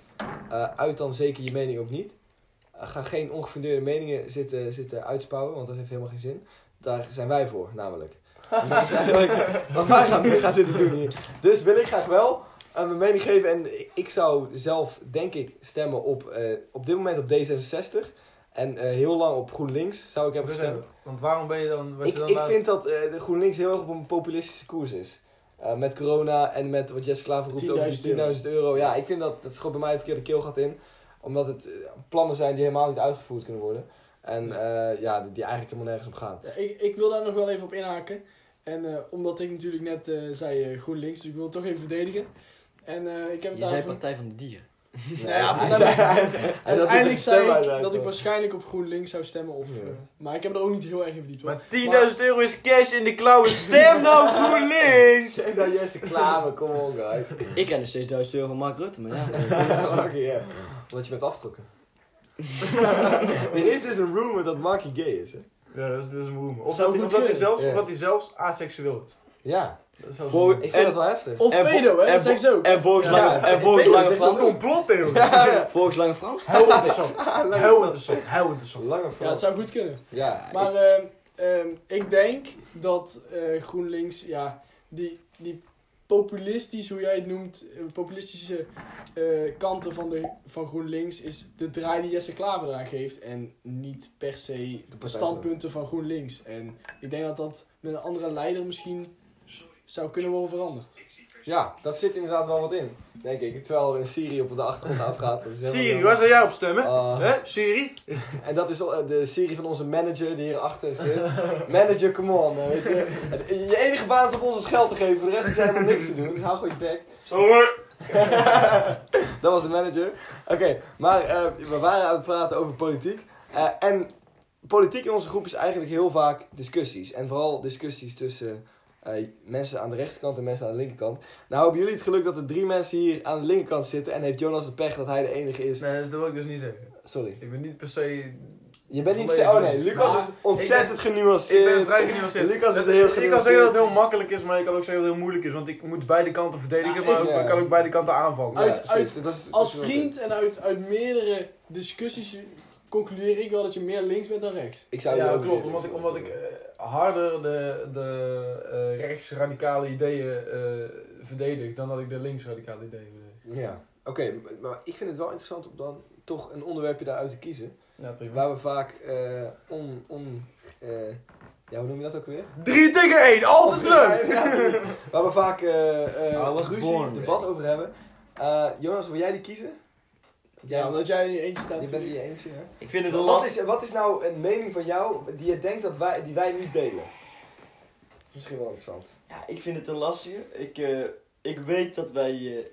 [SPEAKER 1] eh, uit dan zeker je mening ook niet. Eh, ga geen ongefundeerde meningen zitten, zitten uitspouwen, want dat heeft helemaal geen zin. Daar zijn wij voor, namelijk. En dat is eigenlijk wat wij gaan, gaan zitten doen hier. Dus wil ik graag wel eh, mijn mening geven. En ik- ik zou zelf, denk ik, stemmen op, eh, op dit moment op D66. En eh, heel lang op GroenLinks zou ik hebben gestemd.
[SPEAKER 4] Dus, eh, Want waarom ben je dan... was je
[SPEAKER 1] Ik,
[SPEAKER 4] dan
[SPEAKER 1] ik
[SPEAKER 4] laatst-
[SPEAKER 1] vind dat eh, de GroenLinks heel erg op een populistische koers is. Eh, met corona en met wat Jesse Klaver roept over
[SPEAKER 3] 10.000 euro.
[SPEAKER 1] die 10.000 euro. Ja, ik vind dat, dat schoot bij mij het verkeerde keelgat in. Omdat het eh, plannen zijn die helemaal niet uitgevoerd kunnen worden. En eh, ja, die, die eigenlijk helemaal nergens op gaan.
[SPEAKER 3] Ja, ik, ik wil daar nog wel even op inhaken. En eh, omdat ik natuurlijk net eh, zei eh, GroenLinks, dus ik wil het toch even verdedigen. En eh, ik heb het
[SPEAKER 2] Je zei
[SPEAKER 3] daarover...
[SPEAKER 2] Partij van de Dieren.
[SPEAKER 1] Nee,
[SPEAKER 3] ja,
[SPEAKER 1] hij
[SPEAKER 3] maar dan-
[SPEAKER 1] zei- hij zei dat hij
[SPEAKER 3] Uiteindelijk
[SPEAKER 1] met stemmen
[SPEAKER 3] zei ik
[SPEAKER 1] uitreikt,
[SPEAKER 3] dat ik
[SPEAKER 1] hoor.
[SPEAKER 3] waarschijnlijk op GroenLinks zou stemmen. Of,
[SPEAKER 1] Ja.
[SPEAKER 3] eh, maar ik heb er ook niet heel erg in verdiept. hoor.
[SPEAKER 4] Maar 10.000 euro is cash in de klauwen. Stem nou GroenLinks!
[SPEAKER 1] Zeg nou Jesse Klaver, kom on guys.
[SPEAKER 2] Ik ken nog steeds 1000 euro van Mark Rutte, maar ja.
[SPEAKER 1] Oké, ja. Omdat je bent afgetrokken. er is dus een rumor dat Marky gay is, hè?
[SPEAKER 4] Ja, dat is, dat is een roem. Of
[SPEAKER 3] Zou
[SPEAKER 4] dat, hij-
[SPEAKER 3] goed
[SPEAKER 4] of dat hij
[SPEAKER 3] kunnen.
[SPEAKER 4] zelfs,
[SPEAKER 1] Ja.
[SPEAKER 4] of dat hij zelfs aseksueel is.
[SPEAKER 1] Ja,
[SPEAKER 4] Dat is zelfs
[SPEAKER 2] Voor-
[SPEAKER 4] een
[SPEAKER 1] ik vind
[SPEAKER 2] En-
[SPEAKER 1] dat wel heftig.
[SPEAKER 3] of
[SPEAKER 2] en vo-
[SPEAKER 3] pedo, hè?
[SPEAKER 2] en
[SPEAKER 3] Dat zeg ik zo.
[SPEAKER 2] En volgens
[SPEAKER 1] Ja,
[SPEAKER 2] Lange, en
[SPEAKER 1] ik
[SPEAKER 2] volgens
[SPEAKER 1] weet
[SPEAKER 2] Lange
[SPEAKER 1] het,
[SPEAKER 2] Frans.
[SPEAKER 4] complottheorie.
[SPEAKER 2] Volgens Lange Frans?
[SPEAKER 4] Heel interessant. Heel interessant. Heel interessant.
[SPEAKER 1] Lange
[SPEAKER 3] Ja,
[SPEAKER 1] vrouw.
[SPEAKER 3] het zou goed kunnen.
[SPEAKER 1] Ja,
[SPEAKER 3] Maar ehm, ehm, ik denk dat eh, GroenLinks, ja, die, die populistisch, hoe jij het noemt, eh, populistische eh, kanten van, de, van GroenLinks is de draai die Jesse Klaver eraan geeft en niet per se de,
[SPEAKER 1] partij
[SPEAKER 3] standpunten van GroenLinks. En ik denk dat dat met een andere leider misschien zou kunnen worden veranderd.
[SPEAKER 1] Ja, dat zit inderdaad wel wat in, denk ik. Terwijl er in Syrië op de achtergrond afgaat. Dat is helemaal
[SPEAKER 4] Siri,
[SPEAKER 1] jammer.
[SPEAKER 4] waar zou jij op stemmen?
[SPEAKER 1] Ah.
[SPEAKER 4] Hè, Siri?
[SPEAKER 1] En dat is al, eh, de Siri van onze manager die hierachter zit. Manager, come on. eh, Weet je. Het- je enige baan is om ons het geld te geven. Voor de rest heb jij helemaal niks te doen. Dus hou gewoon je bek. dat was de manager. Oké, maar eh, we waren aan het praten over politiek. Eh, en politiek in onze groep is eigenlijk heel vaak discussies. En vooral discussies tussen eh, mensen aan de rechterkant en mensen aan de linkerkant. Nou hebben jullie het geluk dat er drie mensen hier aan de linkerkant zitten. En heeft Jonas de pech dat hij de enige is.
[SPEAKER 4] Nee, dat wil ik dus niet zeggen.
[SPEAKER 1] Sorry.
[SPEAKER 4] Ik ben niet per se...
[SPEAKER 1] Je bent niet...
[SPEAKER 4] Volledig
[SPEAKER 1] Oh nee,
[SPEAKER 4] links.
[SPEAKER 1] Lucas
[SPEAKER 4] Maar
[SPEAKER 1] is ontzettend genuanceerd.
[SPEAKER 4] Ik ben vrij genuanceerd.
[SPEAKER 1] Lucas is
[SPEAKER 4] Dat-
[SPEAKER 1] heel
[SPEAKER 4] Ik kan zeggen dat
[SPEAKER 1] genuanceerd.
[SPEAKER 4] het Eh, heel makkelijk is, maar ik kan ook zeggen dat het heel moeilijk is. Want ik moet beide kanten verdedigen,
[SPEAKER 3] Ja,
[SPEAKER 4] maar
[SPEAKER 1] ik-
[SPEAKER 4] ook- ik Oh, kan ook beide kanten aanvallen.
[SPEAKER 3] Uit-
[SPEAKER 1] precies.
[SPEAKER 3] uit-
[SPEAKER 1] Dat is-
[SPEAKER 3] Als
[SPEAKER 1] dat is-
[SPEAKER 3] vriend en uit, uit meerdere discussies concludeer ik wel dat je meer links bent dan rechts.
[SPEAKER 1] Ik zou je
[SPEAKER 4] Ja,
[SPEAKER 1] ook
[SPEAKER 4] klopt.
[SPEAKER 1] weer-
[SPEAKER 4] Omdat ik, omdat ik eh, harder de, de eh, rechtsradicale ideeën eh, verdedig dan dat ik de linksradicale ideeën verdedig.
[SPEAKER 1] Ja, oké. maar- maar ik vind het wel interessant om dan toch een onderwerpje daaruit te kiezen.
[SPEAKER 4] Ja, prima.
[SPEAKER 1] Waar we vaak eh on... on eh, ja, hoe noem je dat ook weer?
[SPEAKER 4] 3 tegen 1, altijd leuk!
[SPEAKER 1] Ja, waar we vaak eh eh
[SPEAKER 2] I was
[SPEAKER 1] ruzie,
[SPEAKER 2] born
[SPEAKER 1] debat over hebben. Eh, Jonas, wil jij die kiezen? Jij,
[SPEAKER 3] Ja, omdat jij in je eentje staat.
[SPEAKER 1] je bent hier eens, hè?
[SPEAKER 2] Ik vind het een
[SPEAKER 1] Wat
[SPEAKER 2] lastig.
[SPEAKER 1] is, wat is nou een mening van jou die je denkt dat wij, die wij niet delen? Misschien wel interessant.
[SPEAKER 2] Ja, ik vind het een lastige. Ik, eh, ik weet dat wij eh,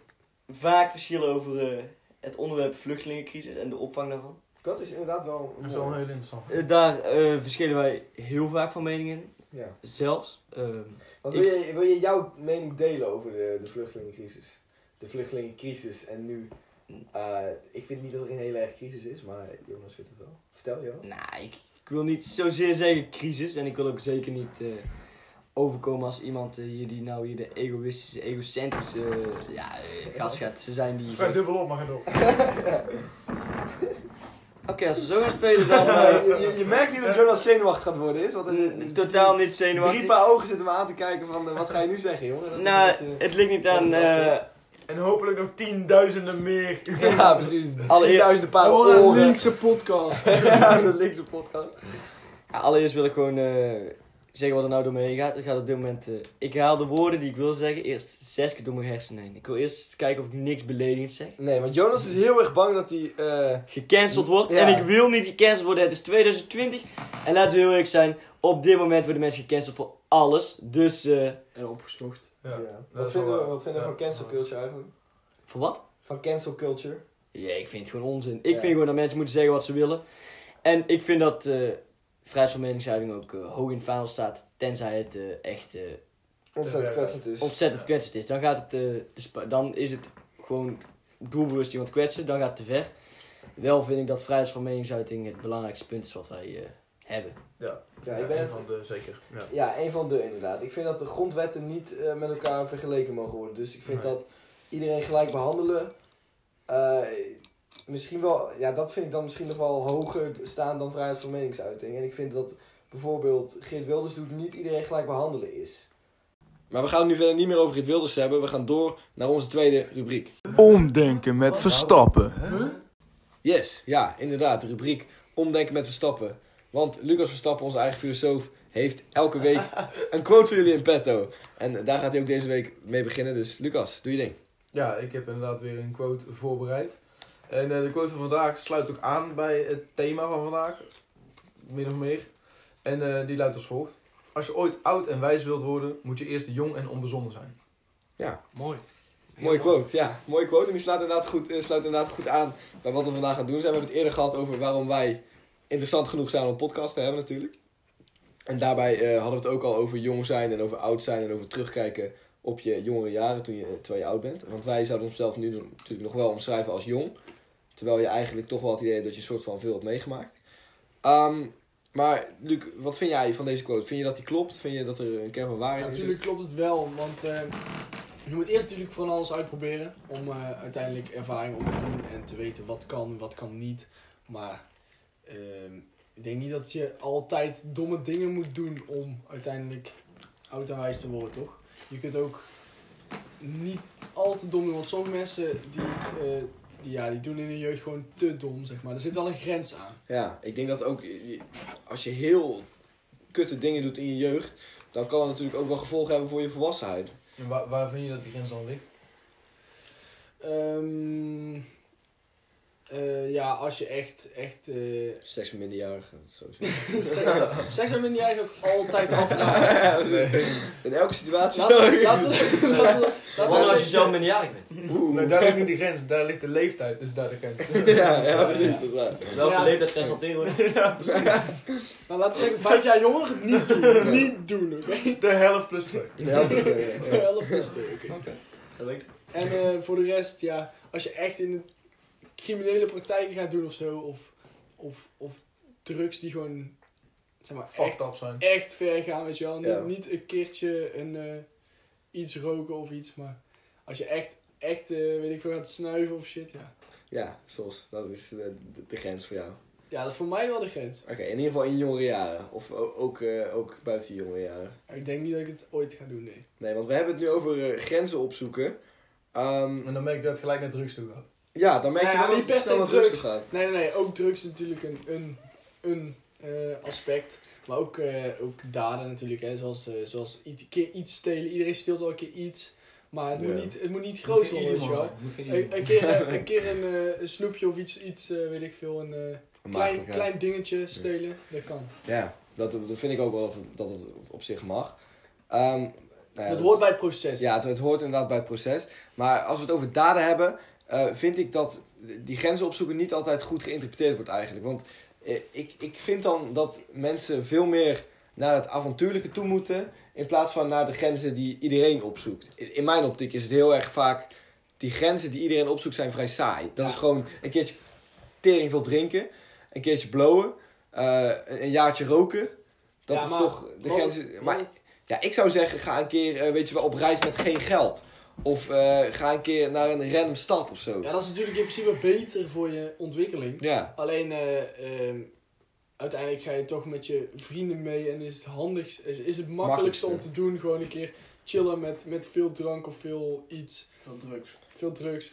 [SPEAKER 2] vaak verschillen over eh, het onderwerp vluchtelingencrisis en de opvang daarvan.
[SPEAKER 1] Dat is inderdaad wel...
[SPEAKER 4] Dat is wel heel interessant.
[SPEAKER 2] Eh, daar eh, verschillen wij heel vaak van meningen in.
[SPEAKER 1] Ja.
[SPEAKER 2] Zelfs. ehm,
[SPEAKER 1] Want
[SPEAKER 2] Ik-
[SPEAKER 1] wil, je, wil je jouw mening delen over de, de vluchtelingencrisis? De vluchtelingencrisis en nu... eh, ik vind niet dat er een hele erg crisis is, maar Jonas vindt het wel. Vertel, Jonas.
[SPEAKER 2] nou, ik, ik wil niet zozeer zeggen crisis. En ik wil ook zeker niet eh, overkomen als iemand eh, hier die nou hier de egoïstische, egocentrische eh, ja, eh, gast gaat ze zijn. die.
[SPEAKER 4] Schrijf dubbel op, maar ga door.
[SPEAKER 2] Oké, als we zo gaan spelen dan...
[SPEAKER 1] Maar
[SPEAKER 2] eh,
[SPEAKER 1] je, je- je merkt nu dat Jonas zenuwachtig gaat worden is, want er
[SPEAKER 2] eh,
[SPEAKER 1] zit-
[SPEAKER 2] totaal niet
[SPEAKER 1] drie
[SPEAKER 2] zenuwachtig.
[SPEAKER 1] paar ogen zitten me aan te kijken van eh, wat ga je nu zeggen, jongen? Dat is
[SPEAKER 2] Nou,
[SPEAKER 1] een beetje-
[SPEAKER 2] het ligt niet
[SPEAKER 1] dat is
[SPEAKER 2] aan...
[SPEAKER 1] wel spannend.
[SPEAKER 2] eh,
[SPEAKER 4] En hopelijk nog tienduizenden meer.
[SPEAKER 1] Ja, precies.
[SPEAKER 2] Alle eer-
[SPEAKER 1] Tienduizenden
[SPEAKER 3] We
[SPEAKER 1] paar
[SPEAKER 3] horen een
[SPEAKER 1] oren.
[SPEAKER 3] linkse podcast.
[SPEAKER 1] Ja, de linkse podcast.
[SPEAKER 2] Ja, allereerst wil ik gewoon eh, zeggen wat er nou door me heen gaat. Er gaat op dit moment. eh, ik haal de woorden die ik wil zeggen eerst zes keer door mijn hersenen heen. Ik wil eerst kijken of ik niks beledigends zeg.
[SPEAKER 1] Nee, want Jonas is heel erg bang dat hij... eh,
[SPEAKER 2] Gecanceld wordt.
[SPEAKER 1] Ja.
[SPEAKER 2] En ik wil niet gecanceld worden. Het is 2020. En laten we heel eerlijk zijn. Op dit moment worden mensen gecanceld voor alles. Dus eh,
[SPEAKER 3] En opgeslokt.
[SPEAKER 4] Ja.
[SPEAKER 1] ja.
[SPEAKER 4] dat
[SPEAKER 1] Wat vinden
[SPEAKER 4] is wel
[SPEAKER 1] we,
[SPEAKER 4] waar.
[SPEAKER 1] wat vinden we
[SPEAKER 4] Ja.
[SPEAKER 1] van cancel culture eigenlijk?
[SPEAKER 2] voor wat?
[SPEAKER 1] Van cancel culture?
[SPEAKER 2] Ja, ik vind het gewoon onzin. Ik
[SPEAKER 1] Ja.
[SPEAKER 2] vind gewoon dat mensen moeten zeggen wat ze willen. En ik vind dat eh vrijheid van meningsuiting ook eh, hoog in het vaandel staat. Tenzij het eh, echt eh,
[SPEAKER 1] Ontzettend
[SPEAKER 4] Ja.
[SPEAKER 1] kwetsend is.
[SPEAKER 2] ontzettend kwetsend is. Dan, gaat het, eh, de spa- dan is het gewoon doelbewust iemand kwetsen. Dan gaat het te ver. Wel vind ik dat vrijheid van meningsuiting het belangrijkste punt is wat wij eh, hebben.
[SPEAKER 4] Ja,
[SPEAKER 1] Ja, ik ben
[SPEAKER 4] een
[SPEAKER 1] het...
[SPEAKER 4] van de, zeker. Ja.
[SPEAKER 1] Ja, een van de inderdaad. Ik vind dat de grondwetten niet eh, met elkaar vergeleken mogen worden. Dus ik vind
[SPEAKER 4] Nee.
[SPEAKER 1] dat iedereen gelijk behandelen... eh, misschien wel... Ja, dat vind ik dan misschien nog wel hoger staan dan vrijheid van meningsuiting. En ik vind dat bijvoorbeeld Geert Wilders doet niet iedereen gelijk behandelen is. Maar we gaan het nu verder niet meer over Geert Wilders hebben. We gaan door naar onze tweede rubriek.
[SPEAKER 5] Omdenken met Verstappen.
[SPEAKER 1] Yes, ja, inderdaad. De rubriek Omdenken met Verstappen. Want Lucas Verstappen, onze eigen filosoof, heeft elke week een quote voor jullie in petto. En daar gaat hij ook deze week mee beginnen. Dus Lucas, doe je ding.
[SPEAKER 4] Ja, ik heb inderdaad weer een quote voorbereid. En eh, de quote van vandaag sluit ook aan bij het thema van vandaag. Min of meer. En eh, die luidt als volgt. Als je ooit oud en wijs wilt worden, moet je eerst jong en onbezonnen zijn.
[SPEAKER 1] Ja,
[SPEAKER 6] Mooi.
[SPEAKER 1] mooie quote. Ja, mooie quote. En die sluit inderdaad goed, eh, sluit inderdaad goed aan bij wat we vandaag gaan doen zijn. We hebben het eerder gehad over waarom wij interessant genoeg zijn om een podcast te hebben natuurlijk. En daarbij eh, hadden we het ook al over jong zijn en over oud zijn en over terugkijken op je jongere jaren toen je, eh, terwijl je oud bent. Want wij zouden onszelf nu natuurlijk nog wel omschrijven als jong. Terwijl je eigenlijk toch wel het idee hebt dat je een soort van veel hebt meegemaakt. Ehm, maar Luc, wat vind jij van deze quote? Vind je dat die klopt? Vind je dat er een kern van waarheid in
[SPEAKER 3] natuurlijk
[SPEAKER 1] zit?
[SPEAKER 3] klopt het wel, want eh, je moet eerst natuurlijk van alles uitproberen om eh, uiteindelijk ervaring op te doen en te weten wat kan en wat kan niet. Maar ehm, ik denk niet dat je altijd domme dingen moet doen om uiteindelijk oud en wijs te worden, toch? Je kunt ook niet al te dom doen, want sommige mensen die, eh, die, ja, die doen in de jeugd gewoon te dom, zeg maar. Er zit wel een grens aan.
[SPEAKER 1] Ja, ik denk dat ook eh, je- als je heel kutte dingen doet in je jeugd, dan kan het natuurlijk ook wel gevolgen hebben voor je volwassenheid.
[SPEAKER 4] En waar, waar vind je dat die grens dan ligt?
[SPEAKER 3] Ehm, eh, ja, als je echt, echt eh,
[SPEAKER 1] Seks met minderjarigen, dat is sowieso.
[SPEAKER 3] Seks- Seks hebben we niet eigenlijk altijd afdragen.
[SPEAKER 1] In elke situatie.
[SPEAKER 3] Laten we- laten we- laten we-
[SPEAKER 2] Vooral als
[SPEAKER 3] laten
[SPEAKER 2] je
[SPEAKER 3] we-
[SPEAKER 2] zelf minderjarig bent.
[SPEAKER 4] Nee, Nou, daar ligt niet de grens, daar ligt de leeftijd, is daar de grens.
[SPEAKER 1] ja, ja, precies, dat is waar.
[SPEAKER 2] Welke
[SPEAKER 3] Ja.
[SPEAKER 2] leeftijd transporteren we?
[SPEAKER 3] Nou, laten we zeggen, vijf jaar jonger, niet doen. Niet doen, oké?
[SPEAKER 4] De helft plus twee.
[SPEAKER 1] Ja, dat is waar, ja.
[SPEAKER 3] Elf plus twee, oké. En eh, voor de rest, ja, als je echt in de criminele praktijken gaat doen of zo, of, of, of drugs die gewoon, zeg maar,
[SPEAKER 4] Fucked
[SPEAKER 3] echt,
[SPEAKER 4] up zijn.
[SPEAKER 3] echt ver gaan, weet je wel. Niet,
[SPEAKER 1] Ja.
[SPEAKER 3] niet een keertje een, eh, iets roken of iets, maar als je echt, echt, eh, weet ik veel, gaat snuiven of shit, ja.
[SPEAKER 1] Ja, Sos, dat is de, de, de grens voor jou.
[SPEAKER 3] Ja, dat is voor mij wel de grens.
[SPEAKER 1] Oké, in ieder geval in jongere jaren. Of o- ook, eh, ook buiten jongere jaren.
[SPEAKER 3] Maar Ik denk niet dat ik het ooit ga doen, nee.
[SPEAKER 1] Nee, want we hebben het nu over eh, grenzen opzoeken. Ehm,
[SPEAKER 4] En dan ben ik dat het gelijk naar drugs toe gaat.
[SPEAKER 1] ja, dan merk je
[SPEAKER 3] Nou ja,
[SPEAKER 1] wel
[SPEAKER 3] niet
[SPEAKER 1] dat het
[SPEAKER 3] per se
[SPEAKER 1] snel naar
[SPEAKER 3] drugs.
[SPEAKER 1] drugs gaat.
[SPEAKER 3] Nee, nee, nee. Ook drugs is natuurlijk een, een, een eh, aspect. Maar ook, eh, ook daden natuurlijk, hè. Zoals, eh, zoals een keer iets stelen. Iedereen steelt wel een keer iets. Maar het,
[SPEAKER 1] Ja.
[SPEAKER 3] moet, niet, het moet niet groot worden, weet je wel.
[SPEAKER 4] Moet geen
[SPEAKER 3] Een, een keer, eh, een, keer een, eh, een snoepje of iets, iets eh, weet ik veel, een eh, klein,
[SPEAKER 1] Maagdelijkheid.
[SPEAKER 3] klein dingetje stelen, dat kan.
[SPEAKER 1] Ja, dat, dat vind ik ook wel dat het, dat het op zich mag. Ehm, nou ja,
[SPEAKER 3] dat hoort bij het proces.
[SPEAKER 1] Ja, het, het hoort inderdaad bij het proces. Maar als we het over daden hebben, eh, vind ik dat die grenzen opzoeken niet altijd goed geïnterpreteerd wordt eigenlijk. Want eh, ik, ik vind dan dat mensen veel meer naar het avontuurlijke toe moeten, in plaats van naar de grenzen die iedereen opzoekt. In, in mijn optiek is het heel erg vaak, die grenzen die iedereen opzoekt zijn vrij saai. Dat is gewoon een keertje tering veel drinken, een keertje blowen, eh, een een jaartje roken. Dat
[SPEAKER 3] Ja,
[SPEAKER 1] is
[SPEAKER 3] maar-
[SPEAKER 1] toch de
[SPEAKER 3] maar-
[SPEAKER 1] grenzen... Maar ja, ik zou zeggen, ga een keer, eh, weet je wel, op reis met geen geld. Of eh, ga een keer naar een random stad of zo.
[SPEAKER 3] Ja, dat is natuurlijk in principe beter voor je ontwikkeling.
[SPEAKER 1] Ja,
[SPEAKER 3] Alleen eh, ehm, uiteindelijk ga je toch met je vrienden mee en is het handigst, is, is het makkelijkste om te
[SPEAKER 1] Makkelijkste.
[SPEAKER 3] doen gewoon een keer chillen met, met veel drank of veel iets,
[SPEAKER 4] Veel drugs.
[SPEAKER 3] veel drugs.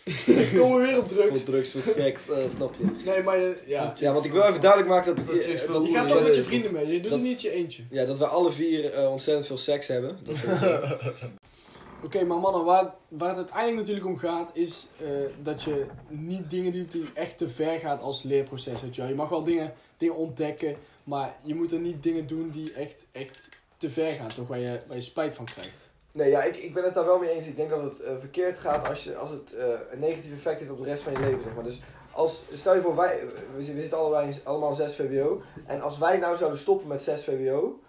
[SPEAKER 3] Ik kom weer op drugs.
[SPEAKER 1] voor drugs, voor seks, eh, snap je.
[SPEAKER 3] Nee, maar je, ja.
[SPEAKER 1] Ja, want ik wil even duidelijk maken dat...
[SPEAKER 4] Dat is
[SPEAKER 1] eh,
[SPEAKER 4] veel
[SPEAKER 1] dat-
[SPEAKER 3] Je gaat
[SPEAKER 1] dat-
[SPEAKER 3] toch met je vrienden mee, je doet
[SPEAKER 1] dat-
[SPEAKER 3] het niet je eentje.
[SPEAKER 1] Ja, dat we alle vier eh, ontzettend veel seks hebben. Dat is-
[SPEAKER 3] Oké, maar mannen, waar, waar het uiteindelijk natuurlijk om gaat, is eh, dat je niet dingen doet die echt te ver gaat als leerproces. Weet je, wel. je mag wel dingen, dingen ontdekken, maar je moet er niet dingen doen die echt, echt te ver gaan, toch? Waar je, waar je spijt van krijgt.
[SPEAKER 1] Nee, ja, ik, ik ben het daar wel mee eens. Ik denk dat het eh, verkeerd gaat als, je, als het eh, een negatief effect heeft op de rest van je leven, zeg maar. Dus als, stel je voor, wij, we, zi- we zitten allebei, allemaal 6 VWO. En als wij nou zouden stoppen met 6 VWO,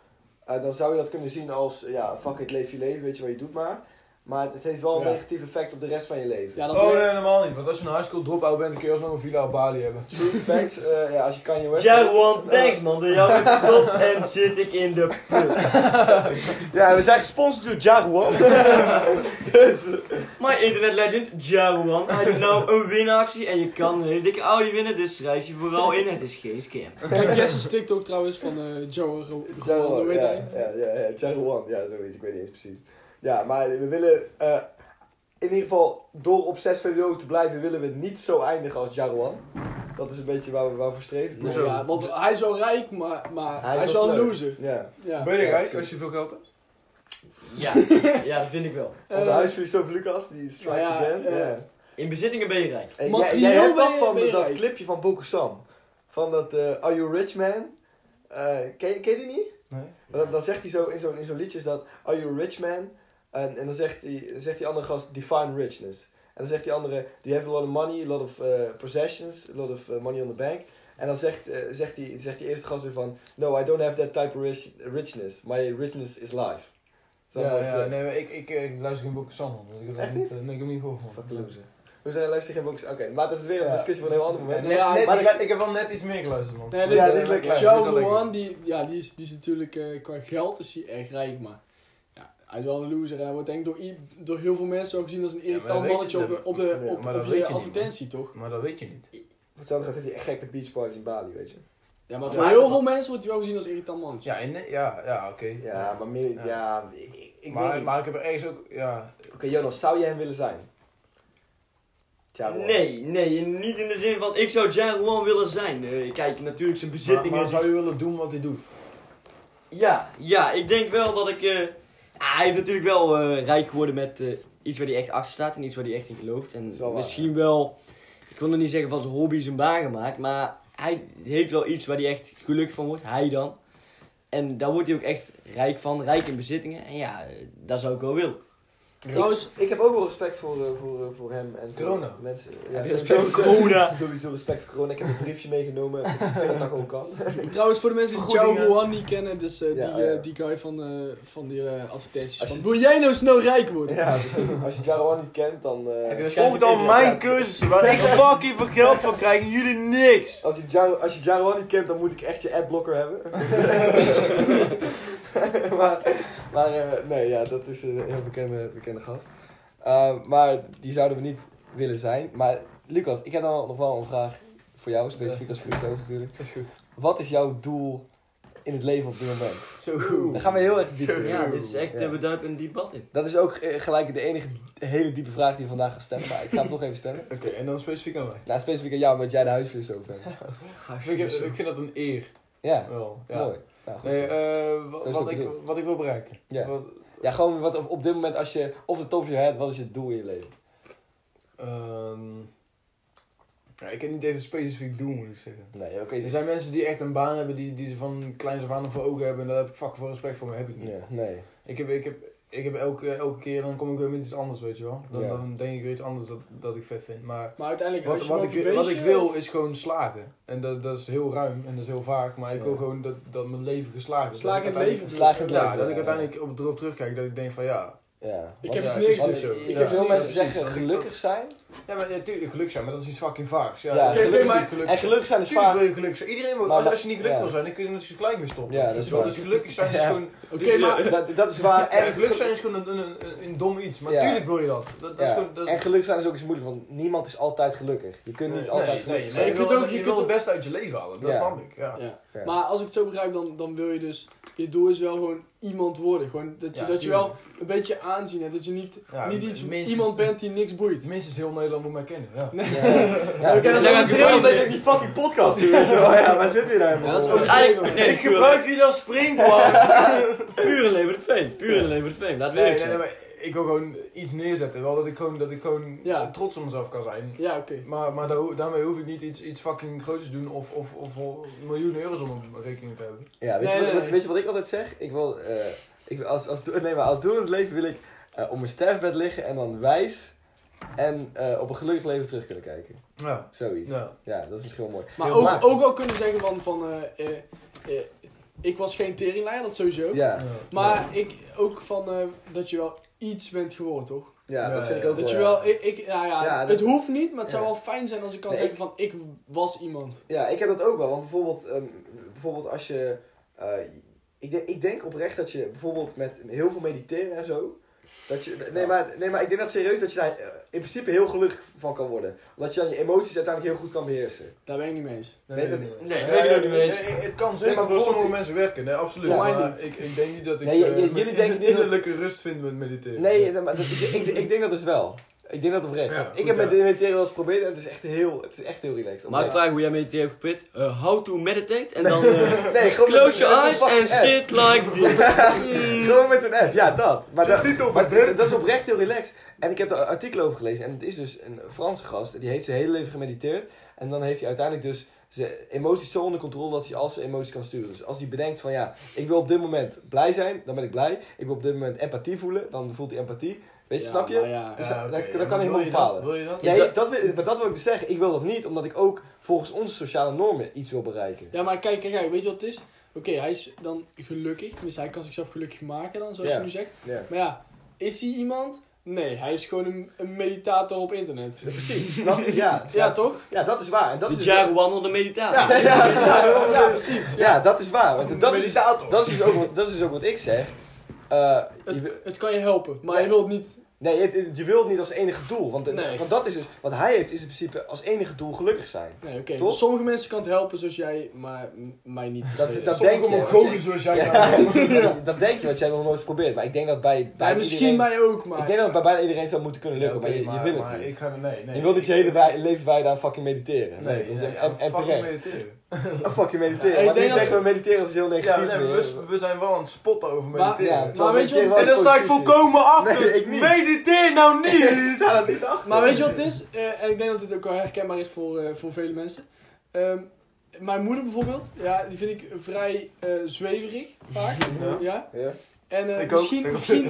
[SPEAKER 1] eh, dan zou je dat kunnen zien als, eh, ja, fuck it, leef je leven, weet je wat je doet maar. Maar het, het heeft wel een
[SPEAKER 3] Ja.
[SPEAKER 1] negatief effect op de rest van je leven.
[SPEAKER 3] Ja, dat
[SPEAKER 4] Oh nee,
[SPEAKER 3] werkt-
[SPEAKER 4] helemaal niet. Want als je een high school drop-out bent, kun je alsnog een villa op Bali hebben.
[SPEAKER 1] True fact, eh, ja, als je kan je
[SPEAKER 2] Jaron, thanks man, door jou heb ik gestopt en zit ik in de put.
[SPEAKER 1] Ja, we zijn
[SPEAKER 2] gesponsord door Jaron. dus, my internet legend, Jaron. Hij doet nou een winactie en je kan een hele dikke Audi winnen, dus schrijf je vooral in. Het is geen scam.
[SPEAKER 3] Kijk, Jesse's TikTok trouwens van eh Joe Ro- Ro- hoe weet
[SPEAKER 1] ja,
[SPEAKER 3] hij?
[SPEAKER 1] Ja, ja, ja, Channel One, ja, zoiets, ik weet niet eens precies. Ja, maar we willen, eh, in ieder geval, door op 6 VWO te blijven, willen we niet zo eindigen als Jarwan. Dat is een beetje waar we waar voor streven.
[SPEAKER 3] Nou ja, want hij is wel rijk, maar, maar hij, is wel een
[SPEAKER 1] leuk.
[SPEAKER 3] loser.
[SPEAKER 1] Ja.
[SPEAKER 3] Ja.
[SPEAKER 4] Ben je rijk als je veel geld hebt?
[SPEAKER 2] Ja, ja, dat vind ik wel.
[SPEAKER 1] Onze
[SPEAKER 3] Eh,
[SPEAKER 1] huisfilosoof Lucas, die strikes
[SPEAKER 3] ja,
[SPEAKER 1] again.
[SPEAKER 3] eh,
[SPEAKER 1] ja.
[SPEAKER 2] In bezittingen ben je rijk.
[SPEAKER 1] En jij,
[SPEAKER 3] materieel
[SPEAKER 1] jij hebt
[SPEAKER 3] ben
[SPEAKER 1] dat
[SPEAKER 3] je-
[SPEAKER 1] van
[SPEAKER 3] ben je
[SPEAKER 1] dat
[SPEAKER 3] rijk.
[SPEAKER 1] clipje van Boku Sam. Van dat eh, Are You Rich Man? Eh, ken, je- ken je die niet?
[SPEAKER 4] Nee.
[SPEAKER 1] Want Dan, dan zegt hij zo in zo'n in zo'n liedje is dat Are you a rich man? En, en dan zegt die, zegt die andere gast define richness. En dan zegt die andere do you have a lot of money, a lot of eh, possessions, a lot of eh, money on the bank. En dan zegt, eh, zegt, die, zegt die eerste gast weer van no I don't have that type of rich, richness. My richness is life. Zo
[SPEAKER 4] Ja,
[SPEAKER 1] mooi
[SPEAKER 4] ja,
[SPEAKER 1] gezegd.
[SPEAKER 4] nee, maar ik, ik, eh, ik luister geen boeken Sam, dus ik heb dat
[SPEAKER 1] Echt
[SPEAKER 4] niet, eh, nee, ik heb hem niet gehoord. man.
[SPEAKER 1] Fucking loser. Hoe zijn luister geen boeken? Oké, maar dat is weer een
[SPEAKER 4] Ja.
[SPEAKER 1] discussie van een heel ander moment.
[SPEAKER 3] Nee, ja,
[SPEAKER 4] Net-
[SPEAKER 1] maar
[SPEAKER 4] maar ik, heb- ik heb wel net iets meer geluisterd, man.
[SPEAKER 3] Nee,
[SPEAKER 1] dit- Ja, dit is lekker.
[SPEAKER 4] lekker.
[SPEAKER 3] Joe
[SPEAKER 4] Dit is wel
[SPEAKER 3] Rowan, die, ja, die, is, die is natuurlijk eh, qua geld is hij echt rijk, maar ja, hij is wel een loser. En hij wordt denk ik door, i- door heel veel mensen ook gezien als een
[SPEAKER 4] maar
[SPEAKER 3] irritant
[SPEAKER 4] dat weet je-
[SPEAKER 3] mannetje op, de- op, de,
[SPEAKER 1] Ja,
[SPEAKER 3] op,
[SPEAKER 4] maar
[SPEAKER 3] op
[SPEAKER 4] dat
[SPEAKER 3] je
[SPEAKER 4] weet je niet,
[SPEAKER 3] advertentie, toch?
[SPEAKER 4] Maar dat weet je niet.
[SPEAKER 1] Voor hetzelfde gaat heeft hij gekke beach parties in Bali, weet je.
[SPEAKER 3] Ja, maar
[SPEAKER 4] Ja,
[SPEAKER 3] voor
[SPEAKER 4] maar-
[SPEAKER 3] heel veel mensen wordt hij wel gezien als een irritant mannetje.
[SPEAKER 4] Ja, in, ja, ja oké.
[SPEAKER 1] Ja, maar meer, ja,
[SPEAKER 4] Ja.
[SPEAKER 1] ik, ik weet
[SPEAKER 4] maar,
[SPEAKER 1] niet.
[SPEAKER 4] maar ik heb er ergens ook, ja...
[SPEAKER 1] Oké Jonas, zou jij hem willen zijn? Tja, hoor.
[SPEAKER 2] Nee, nee, niet in de zin van ik zou Jaron willen zijn. Eh, kijk, natuurlijk zijn
[SPEAKER 4] Maar,
[SPEAKER 2] bezittingen.
[SPEAKER 4] maar
[SPEAKER 2] die-
[SPEAKER 4] zou je willen doen wat hij doet?
[SPEAKER 2] Ja, ja, ik denk wel dat ik. eh, ah, hij is natuurlijk wel eh, rijk geworden met eh, iets waar hij echt achter staat en iets waar hij echt in gelooft. En
[SPEAKER 1] is wel waar,
[SPEAKER 2] misschien wel, ik wil nog niet zeggen van zijn hobby zijn baan gemaakt, maar hij heeft wel iets waar hij echt gelukkig van wordt, hij dan. En daar wordt hij ook echt rijk van, rijk in bezittingen. En ja, eh, dat zou ik wel willen.
[SPEAKER 3] Trouwens,
[SPEAKER 1] Ik heb ook wel respect voor, eh, voor, eh, voor hem en voor
[SPEAKER 4] Corona.
[SPEAKER 1] mensen. Ja,
[SPEAKER 2] Heb je
[SPEAKER 1] sowieso-
[SPEAKER 2] respect voor corona?
[SPEAKER 1] Sowieso respect voor corona. Ik heb een briefje meegenomen. Ik vind dat dat gewoon kan.
[SPEAKER 3] trouwens, voor de mensen die Joe
[SPEAKER 4] Vergoedingen.
[SPEAKER 3] Rowan niet kennen, dus eh,
[SPEAKER 1] Ja,
[SPEAKER 3] die, eh,
[SPEAKER 1] ja.
[SPEAKER 3] die guy van, eh, van die eh, advertenties.
[SPEAKER 1] Als
[SPEAKER 3] Van,
[SPEAKER 1] je-
[SPEAKER 3] wil jij nou snel rijk worden?
[SPEAKER 1] Ja, dus als je Jarwan niet kent, dan... eh,
[SPEAKER 2] waarschijnlijk een internet-
[SPEAKER 4] cursus waar ik fucking veel geld van krijg en jullie niks!
[SPEAKER 1] als, je Jar, als je Jarwan niet kent, dan moet ik echt je adblocker hebben. maar maar eh, nee, ja, dat is een heel bekende, bekende gast. Ehm, Eh, maar die zouden we niet willen zijn. Maar Lucas, ik heb dan nog wel een vraag Voor jou specifiek als filosoof natuurlijk.
[SPEAKER 4] Is goed.
[SPEAKER 1] Wat is jouw doel in het leven op dit moment?
[SPEAKER 4] Zo goed.
[SPEAKER 1] Dan gaan we heel erg diep in.
[SPEAKER 2] Ja, dit is echt,
[SPEAKER 1] Ja.
[SPEAKER 2] eh, we duiken een diep bad in.
[SPEAKER 1] Dat is ook eh, gelijk de enige hele diepe vraag die je vandaag gaat stellen. Maar ik ga hem toch even stellen.
[SPEAKER 4] Oké, en dan specifiek aan mij.
[SPEAKER 1] Nou, specifiek aan jou, omdat jij de huisfilosoof bent.
[SPEAKER 4] Ik, ik vind dat een eer.
[SPEAKER 1] Ja,
[SPEAKER 4] Wel, ja.
[SPEAKER 1] mooi. Nou, goed
[SPEAKER 4] Nee,
[SPEAKER 1] zo.
[SPEAKER 4] eh, wa-
[SPEAKER 1] Zo is
[SPEAKER 4] wat,
[SPEAKER 1] dat
[SPEAKER 4] ik,
[SPEAKER 1] bedoeld.
[SPEAKER 4] wat ik wil bereiken.
[SPEAKER 1] Ja.
[SPEAKER 4] Wat,
[SPEAKER 1] Ja, gewoon wat op, op dit moment als je... Of het top of je head, wat is je doel in je leven?
[SPEAKER 4] ehm, ja, ik heb niet echt een specifiek doel, moet ik zeggen.
[SPEAKER 1] Nee, oké.
[SPEAKER 4] Er zijn mensen die echt een baan hebben die, die ze van kleins af aan voor ogen hebben. En daar heb ik fucking veel respect voor, maar heb ik niet.
[SPEAKER 1] Ja, nee.
[SPEAKER 4] Ik heb, ik heb, ik heb elke, elke keer, dan kom ik weer met iets anders, weet je wel. Dan,
[SPEAKER 1] Ja.
[SPEAKER 4] dan denk ik weer iets anders dat, dat ik vet vind. Maar
[SPEAKER 3] Maar uiteindelijk,
[SPEAKER 4] wat,
[SPEAKER 3] als je
[SPEAKER 4] wat,
[SPEAKER 3] maar
[SPEAKER 4] ik,
[SPEAKER 3] een
[SPEAKER 4] wat ik
[SPEAKER 3] beetje-
[SPEAKER 4] wil is gewoon slagen. En dat, dat is heel ruim en dat is heel vaag. Maar ik wil gewoon dat, dat mijn leven geslagen is.
[SPEAKER 3] Slaag
[SPEAKER 4] Dat ik
[SPEAKER 3] in het leven.
[SPEAKER 4] uiteindelijk-
[SPEAKER 1] Slaag in het
[SPEAKER 4] Ja,
[SPEAKER 1] leven.
[SPEAKER 4] dat ik uiteindelijk op, erop terugkijk. Dat ik denk van ja,
[SPEAKER 1] Ja.
[SPEAKER 3] Ik
[SPEAKER 1] Want-
[SPEAKER 3] heb
[SPEAKER 4] ja,
[SPEAKER 3] iets
[SPEAKER 4] het is
[SPEAKER 1] want-
[SPEAKER 3] neergezet.
[SPEAKER 4] zo.
[SPEAKER 1] Ik
[SPEAKER 4] Ja.
[SPEAKER 1] heb veel
[SPEAKER 4] Ja,
[SPEAKER 1] mensen
[SPEAKER 4] precies.
[SPEAKER 1] zeggen gelukkig zijn.
[SPEAKER 4] Ja, maar natuurlijk, geluk zijn, maar dat is iets fucking vaags. Ja,
[SPEAKER 1] Ja,
[SPEAKER 4] Oké,
[SPEAKER 3] gelukkig-
[SPEAKER 4] maar-
[SPEAKER 1] En gelukkig zijn is
[SPEAKER 4] Natuurlijk
[SPEAKER 1] vaak...
[SPEAKER 4] wil je gelukkig zijn. Iedereen wil,
[SPEAKER 1] Maar
[SPEAKER 4] als,
[SPEAKER 1] wa-
[SPEAKER 4] als je niet gelukkig
[SPEAKER 1] ja.
[SPEAKER 4] wil zijn, dan kun je er dus gelijk mee stoppen.
[SPEAKER 1] Ja, dat is
[SPEAKER 4] Weet je wel,
[SPEAKER 1] waar.
[SPEAKER 4] dus gelukkig zijn is
[SPEAKER 1] Ja.
[SPEAKER 4] gewoon...
[SPEAKER 3] Oké,
[SPEAKER 4] Dit is-
[SPEAKER 3] maar
[SPEAKER 1] Dat, dat is waar.
[SPEAKER 4] En
[SPEAKER 1] En,
[SPEAKER 4] gelukkig zijn is gewoon een, een, een, een dom iets. Maar
[SPEAKER 1] Ja.
[SPEAKER 4] tuurlijk wil je dat. Dat, dat
[SPEAKER 1] Ja.
[SPEAKER 4] is gewoon... Dat,
[SPEAKER 1] en gelukkig zijn is ook iets moeilijks, want niemand is altijd gelukkig. Je kunt niet altijd
[SPEAKER 4] nee,
[SPEAKER 1] gelukkig
[SPEAKER 4] nee,
[SPEAKER 1] zijn.
[SPEAKER 4] je
[SPEAKER 3] Je
[SPEAKER 4] kunt
[SPEAKER 3] kunt
[SPEAKER 4] ook
[SPEAKER 3] ook-
[SPEAKER 4] je
[SPEAKER 3] je
[SPEAKER 4] wil
[SPEAKER 3] kunt
[SPEAKER 4] het
[SPEAKER 3] ook-
[SPEAKER 4] beste uit je leven halen. Dat
[SPEAKER 1] Ja.
[SPEAKER 4] snap ik. Ja.
[SPEAKER 3] Ja.
[SPEAKER 1] Ja.
[SPEAKER 3] Maar als ik het zo begrijp, dan, dan wil je dus... Je doel is wel gewoon iemand worden. Gewoon dat je,
[SPEAKER 4] Ja,
[SPEAKER 3] dat je wel
[SPEAKER 4] tuurlijk.
[SPEAKER 3] een beetje aanzien hebt. Dat je niet,
[SPEAKER 4] Ja,
[SPEAKER 3] niet iets,
[SPEAKER 4] minstens-
[SPEAKER 3] iemand bent die niks boeit.
[SPEAKER 4] Minstens heel Nederland moet mij kennen. Ja.
[SPEAKER 1] Ja,
[SPEAKER 3] Oké,
[SPEAKER 1] dat
[SPEAKER 3] dan
[SPEAKER 1] is
[SPEAKER 3] gaan we
[SPEAKER 1] ook
[SPEAKER 3] drie.
[SPEAKER 1] dat ik die fucking podcast doe, weet je wel. Ja, waar zit je nou
[SPEAKER 3] Ja, dat is
[SPEAKER 1] voor?
[SPEAKER 3] ook-
[SPEAKER 2] Eigenlijk, nee,
[SPEAKER 4] ik gebruik jullie als springplank.
[SPEAKER 2] pure levert fame, pure levert fame, laat
[SPEAKER 4] nee,
[SPEAKER 2] werk
[SPEAKER 4] nee,
[SPEAKER 2] zijn.
[SPEAKER 4] nee, maar ik wil gewoon iets neerzetten. Wel dat ik gewoon, dat ik gewoon
[SPEAKER 3] Ja.
[SPEAKER 4] trots op mezelf kan zijn.
[SPEAKER 3] Ja, oké.
[SPEAKER 4] Maar, maar daar ho- daarmee hoef ik niet iets, iets fucking groots te doen of, of, of miljoenen euro's om op mijn rekening te hebben.
[SPEAKER 1] Ja, weet, je
[SPEAKER 3] Nee,
[SPEAKER 1] wat,
[SPEAKER 3] nee, nee.
[SPEAKER 1] weet je wat ik altijd zeg? Ik wil, eh, ik, wil als, als, doel- nee, maar als doel in het leven wil ik eh, op mijn sterfbed liggen en dan wijs en eh, op een gelukkig leven terug kunnen kijken.
[SPEAKER 4] Ja.
[SPEAKER 1] Zoiets. Ja,
[SPEAKER 4] Ja.
[SPEAKER 1] dat is misschien wel mooi.
[SPEAKER 3] Maar
[SPEAKER 1] Ja,
[SPEAKER 3] ook, ook wel kunnen zeggen van... van eh, eh, eh, ik was geen teringlijn, dat sowieso.
[SPEAKER 1] Ja,
[SPEAKER 3] Maar ik ook van eh, dat je wel iets bent geworden, toch?
[SPEAKER 1] ja, dat
[SPEAKER 4] Ja,
[SPEAKER 1] vind ik
[SPEAKER 4] ja.
[SPEAKER 1] ook
[SPEAKER 3] Dat je
[SPEAKER 1] mooi, ja.
[SPEAKER 3] wel, ik, ik, nou ja,
[SPEAKER 1] Ja,
[SPEAKER 3] het
[SPEAKER 1] dat-
[SPEAKER 3] hoeft niet, maar het zou
[SPEAKER 1] ja.
[SPEAKER 3] wel fijn zijn als ik kan
[SPEAKER 1] Nee,
[SPEAKER 3] zeggen van ik was iemand.
[SPEAKER 1] Ja, ik heb dat ook wel. Want bijvoorbeeld, ehm, bijvoorbeeld als je. eh, ik, denk, ik denk oprecht dat je bijvoorbeeld met heel veel mediteren en zo. Dat je, nee, maar, nee, maar ik denk dat serieus dat je daar eh, in principe heel gelukkig van kan worden. Omdat je dan je emoties uiteindelijk heel goed kan beheersen.
[SPEAKER 3] Daar ben ik niet mee eens.
[SPEAKER 1] Weet het-
[SPEAKER 2] Nee, weet ik ook niet mee eens.
[SPEAKER 4] Nee, het kan zeker
[SPEAKER 1] maar
[SPEAKER 4] voor sommige
[SPEAKER 1] bijvoorbeeld-
[SPEAKER 4] mensen werken, nee, absoluut.
[SPEAKER 3] Voor mij
[SPEAKER 4] maar
[SPEAKER 3] niet.
[SPEAKER 4] ik, ik denk niet dat ik
[SPEAKER 1] Nee, j- j-
[SPEAKER 4] eh,
[SPEAKER 1] jullie
[SPEAKER 4] mijn
[SPEAKER 1] denken
[SPEAKER 4] inner-
[SPEAKER 1] niet dat-
[SPEAKER 4] innerlijke rust vind met mediteren.
[SPEAKER 1] Nee, dat- maar dat, ik, ik, ik denk dat dus wel. Ik denk dat oprecht.
[SPEAKER 4] Ja,
[SPEAKER 1] ik
[SPEAKER 4] goed,
[SPEAKER 1] heb met
[SPEAKER 4] ja.
[SPEAKER 1] mediteren wel eens geprobeerd en het is echt heel, het is echt heel relaxed.
[SPEAKER 2] Maar ik
[SPEAKER 1] Oprecht.
[SPEAKER 2] vraag hoe jij mediteert hebt gepit. Eh, how to meditate en dan eh,
[SPEAKER 1] Nee, gewoon met-
[SPEAKER 2] close your
[SPEAKER 1] met een
[SPEAKER 2] eyes
[SPEAKER 1] fucking
[SPEAKER 2] and
[SPEAKER 1] app.
[SPEAKER 2] sit like this.
[SPEAKER 1] Gewoon met zo'n app, ja, dat. Maar, dat,
[SPEAKER 4] ziet toch
[SPEAKER 1] maar
[SPEAKER 4] wat,
[SPEAKER 1] dat, dat is oprecht heel relaxed. En ik heb daar artikel over gelezen. En het is dus een Franse gast, die heeft zijn hele leven gemediteerd. En dan heeft hij uiteindelijk dus zijn emoties zo onder controle dat hij al zijn emoties kan sturen. Dus als hij bedenkt van ja, ik wil op dit moment blij zijn, dan ben ik blij. Ik wil op dit moment empathie voelen, dan voelt hij empathie. Weet je,
[SPEAKER 3] Ja,
[SPEAKER 1] snap je?
[SPEAKER 3] maar ja.
[SPEAKER 1] Dus
[SPEAKER 4] Ja,
[SPEAKER 1] dat,
[SPEAKER 4] oké,
[SPEAKER 1] dat
[SPEAKER 4] ja,
[SPEAKER 1] kan
[SPEAKER 4] maar
[SPEAKER 1] helemaal
[SPEAKER 4] wil je dat?
[SPEAKER 1] bepalen.
[SPEAKER 4] Wil je dat?
[SPEAKER 1] Nee, dat wil, maar dat wil ik dus zeggen. Ik wil dat niet, omdat ik ook volgens onze sociale normen iets wil bereiken.
[SPEAKER 3] Ja, maar kijk, kijk, kijk, weet je wat het is? Oké, hij is dan gelukkig, tenminste hij kan zichzelf gelukkig maken dan, zoals
[SPEAKER 1] Ja.
[SPEAKER 3] je nu zegt.
[SPEAKER 1] Ja.
[SPEAKER 3] Maar ja, is hij iemand? Nee, hij is gewoon een, een meditator op internet. Ja,
[SPEAKER 1] Precies. Snap je? Ja, ja,
[SPEAKER 3] toch?
[SPEAKER 1] dat is waar. En dat
[SPEAKER 2] Dit
[SPEAKER 1] is dus
[SPEAKER 2] jaar wandelde meditatie.
[SPEAKER 1] ja, ja,
[SPEAKER 3] Ja, precies.
[SPEAKER 1] Ja, dat is waar. Want dat, is dus,
[SPEAKER 4] Meditator.
[SPEAKER 1] dat, is dus ook, wat- dat is dus ook wat ik zeg. Eh, je, wil-
[SPEAKER 3] Het, het kan je helpen, maar
[SPEAKER 1] Ja.
[SPEAKER 3] je wilt niet...
[SPEAKER 1] nee, het- het- je wilt niet als enige doel. Want,
[SPEAKER 3] Nee.
[SPEAKER 1] want dat is dus, wat hij heeft is in principe als enige doel gelukkig zijn.
[SPEAKER 3] Nee, oké.
[SPEAKER 1] Toch?
[SPEAKER 3] Sommige mensen kan het helpen zoals jij, maar m- mij niet. per
[SPEAKER 1] Dat-
[SPEAKER 3] se.
[SPEAKER 1] dat-
[SPEAKER 4] Sommige
[SPEAKER 1] denk je.
[SPEAKER 4] Mongolen zoals jij.
[SPEAKER 1] Ja.
[SPEAKER 4] daar-
[SPEAKER 1] Dat- Dat denk je, want jij hebt nog nooit geprobeerd. Maar ik denk dat bij, bij
[SPEAKER 3] Ja, misschien
[SPEAKER 1] iedereen-
[SPEAKER 3] mij ook, maar...
[SPEAKER 1] Ik denk dat het bij bijna iedereen zou moeten kunnen
[SPEAKER 4] Ja,
[SPEAKER 1] lukken,
[SPEAKER 4] oké,
[SPEAKER 1] maar je, je wil het
[SPEAKER 4] maar
[SPEAKER 1] niet.
[SPEAKER 4] ik ga nee, nee.
[SPEAKER 1] je wilt niet je hele wij- leven wij daar fucking mediteren.
[SPEAKER 4] Nee,
[SPEAKER 1] dat is
[SPEAKER 4] nee,
[SPEAKER 1] en, en
[SPEAKER 4] fucking
[SPEAKER 1] terecht.
[SPEAKER 4] mediteren.
[SPEAKER 1] Oh, fucking
[SPEAKER 3] Ja,
[SPEAKER 1] mediteren.
[SPEAKER 3] ik
[SPEAKER 1] Maar nu
[SPEAKER 3] denk dat-
[SPEAKER 1] zeggen we mediteren als heel negatief.
[SPEAKER 4] Ja, nee,
[SPEAKER 1] weer.
[SPEAKER 4] we, we zijn wel aan het spotten over
[SPEAKER 3] Maar-
[SPEAKER 4] mediteren.
[SPEAKER 1] Ja,
[SPEAKER 3] Maar weet je wat-
[SPEAKER 1] mediteren wel
[SPEAKER 4] en daar sta ik
[SPEAKER 1] positief is.
[SPEAKER 4] volkomen achter.
[SPEAKER 1] Nee, ik niet.
[SPEAKER 4] Mediteer nou
[SPEAKER 1] Ik
[SPEAKER 4] niet!
[SPEAKER 1] sta daar niet achter.
[SPEAKER 3] Maar weet je wat het is? Eh, en ik denk dat dit ook wel herkenbaar is voor, eh, voor vele mensen. Ehm, mijn moeder bijvoorbeeld, ja, die vind ik vrij eh, zweverig vaak. Ja.
[SPEAKER 1] Ja.
[SPEAKER 3] En eh,
[SPEAKER 4] Ik ook.
[SPEAKER 3] misschien,
[SPEAKER 4] Ik
[SPEAKER 3] misschien,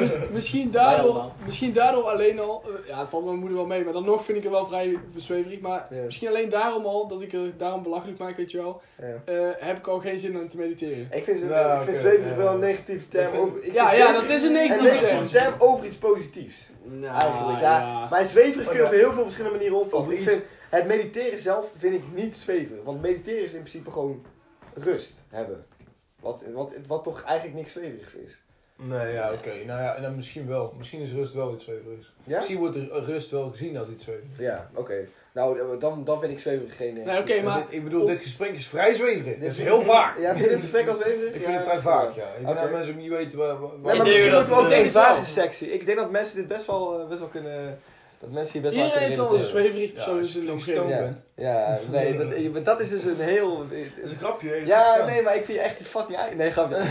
[SPEAKER 3] mis- misschien, daardoor,
[SPEAKER 2] allemaal.
[SPEAKER 3] misschien daardoor alleen al, eh, ja, het valt mijn moeder wel mee, maar dan nog vind ik het wel vrij zweverig. Maar
[SPEAKER 1] Ja.
[SPEAKER 3] misschien alleen daarom al, dat ik er daarom belachelijk maak, weet je wel,
[SPEAKER 1] Ja.
[SPEAKER 3] eh, heb ik al geen zin om te mediteren.
[SPEAKER 1] Ik vind,
[SPEAKER 4] Ja,
[SPEAKER 1] ik vind
[SPEAKER 4] oké,
[SPEAKER 1] zweverig
[SPEAKER 4] ja.
[SPEAKER 1] wel een negatieve term. over, ik vind
[SPEAKER 3] Ja, ja,
[SPEAKER 1] zweverig-
[SPEAKER 3] dat is een
[SPEAKER 1] een
[SPEAKER 3] negatieve term.
[SPEAKER 1] negatieve term over iets positiefs.
[SPEAKER 3] Nou,
[SPEAKER 1] Eigenlijk, ja. Maar zweverig kun je op heel veel verschillende manieren opvatten.
[SPEAKER 4] Oh, Over
[SPEAKER 1] Ik
[SPEAKER 4] iets-
[SPEAKER 1] vind, het mediteren zelf vind ik niet zweverig. Want mediteren is in principe gewoon rust hebben. Wat, wat, wat toch eigenlijk niks zweverigs is.
[SPEAKER 4] Nee, ja, oké. Nou ja, en dan misschien wel. Misschien is rust wel iets zweverigs.
[SPEAKER 1] Ja?
[SPEAKER 4] Misschien wordt er rust wel gezien als iets zweverigs.
[SPEAKER 1] Ja, oké. Nou, dan, dan vind ik zweverig geen... eh,
[SPEAKER 3] Nee, Nou, oké,
[SPEAKER 4] Ja,
[SPEAKER 3] maar
[SPEAKER 4] dit- ik bedoel, dit gesprek is vrij zweverig. Dat is heel vaak.
[SPEAKER 1] Ja, vind je dit gesprek als zweverig?
[SPEAKER 4] Ik vind het vrij vaak, ja. Ik
[SPEAKER 1] Oké.
[SPEAKER 4] denk dat mensen ook niet weten waar... waar
[SPEAKER 1] Nee,
[SPEAKER 2] Ik
[SPEAKER 1] maar
[SPEAKER 4] waar-
[SPEAKER 2] denk
[SPEAKER 1] misschien
[SPEAKER 2] dat-
[SPEAKER 1] moeten we ook
[SPEAKER 3] ik denk
[SPEAKER 1] één
[SPEAKER 3] het wel.
[SPEAKER 1] vraag is sexy. Ik denk dat mensen dit best wel, eh, best wel kunnen... Dat mensen hier best wel aan
[SPEAKER 3] iedereen
[SPEAKER 1] kunnen
[SPEAKER 3] heeft wel een
[SPEAKER 1] relateren.
[SPEAKER 3] zweverig persoon in
[SPEAKER 4] als je flink
[SPEAKER 3] zijn omgeving.
[SPEAKER 4] stoned
[SPEAKER 1] Ja. Ja,
[SPEAKER 4] bent.
[SPEAKER 1] nee, dat, eh, maar dat is dus een heel...
[SPEAKER 4] Dat is een grapje. hè.
[SPEAKER 1] Ja, nee, maar ik vind je echt fucking... ei- Nee, grapje.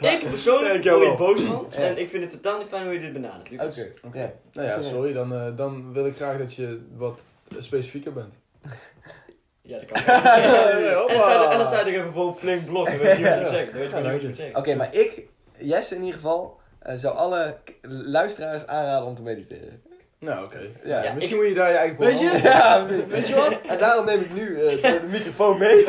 [SPEAKER 2] Dus Ik persoonlijk
[SPEAKER 4] jou
[SPEAKER 2] word
[SPEAKER 4] wel.
[SPEAKER 2] hier boos van.
[SPEAKER 1] Ja.
[SPEAKER 2] En ik vind het totaal niet fijn hoe je dit benadert, Lucas.
[SPEAKER 1] Oké, oké.
[SPEAKER 4] Nou ja, sorry. Dan, eh, dan wil ik graag dat je wat specifieker bent.
[SPEAKER 2] Ja, dat kan. en dan sta je- en dan sta je er even voor een flink blok. Dan weet je niet wat je moet zeggen. Dan weet je niet wat je moet zeggen.
[SPEAKER 1] Oké, maar ik, Jesse in ieder geval, eh, zou alle k- luisteraars aanraden om te mediteren.
[SPEAKER 4] Nou, oké.
[SPEAKER 1] Ja.
[SPEAKER 4] Ja, misschien moet je daar je eigen
[SPEAKER 3] Weet je?
[SPEAKER 4] programma-
[SPEAKER 1] Ja, precies.
[SPEAKER 3] Weet je wat?
[SPEAKER 1] En daarom neem ik nu eh, de, de microfoon mee.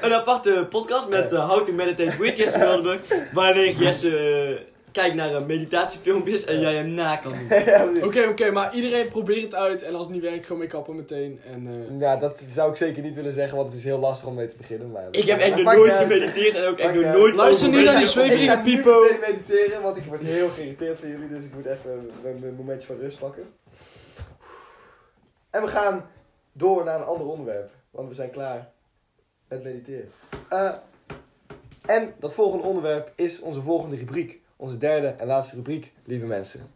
[SPEAKER 2] Een aparte podcast met eh, How to Meditate with Jesse Mildenburg. Waarin Jesse eh, kijkt naar eh, meditatiefilmpjes en jij hem na kan doen.
[SPEAKER 1] ja, precies.
[SPEAKER 3] Oké, oké, maar iedereen probeert het uit en als het niet werkt, gewoon mee kappen meteen. En, eh,
[SPEAKER 1] Ja, dat zou ik zeker niet willen zeggen, want het is heel lastig om mee te beginnen. Maar
[SPEAKER 2] Ik heb echt nog
[SPEAKER 1] Pak,
[SPEAKER 2] nooit
[SPEAKER 1] eh,
[SPEAKER 2] gemediteerd en ook echt
[SPEAKER 1] pak,
[SPEAKER 2] nog
[SPEAKER 1] eh,
[SPEAKER 2] nooit
[SPEAKER 3] luister
[SPEAKER 2] over
[SPEAKER 3] nu naar die
[SPEAKER 2] meditatie-
[SPEAKER 3] zweverig-
[SPEAKER 1] Ik ga
[SPEAKER 3] Zweverige
[SPEAKER 1] nu
[SPEAKER 3] Pipo.
[SPEAKER 1] meteen mediteren, want ik word heel geïrriteerd van jullie, dus ik moet even een- een een momentje van rust pakken. En we gaan door naar een ander onderwerp, want we zijn klaar met mediteren. Eh, en dat volgende onderwerp is onze volgende rubriek. Onze derde en laatste rubriek, lieve mensen.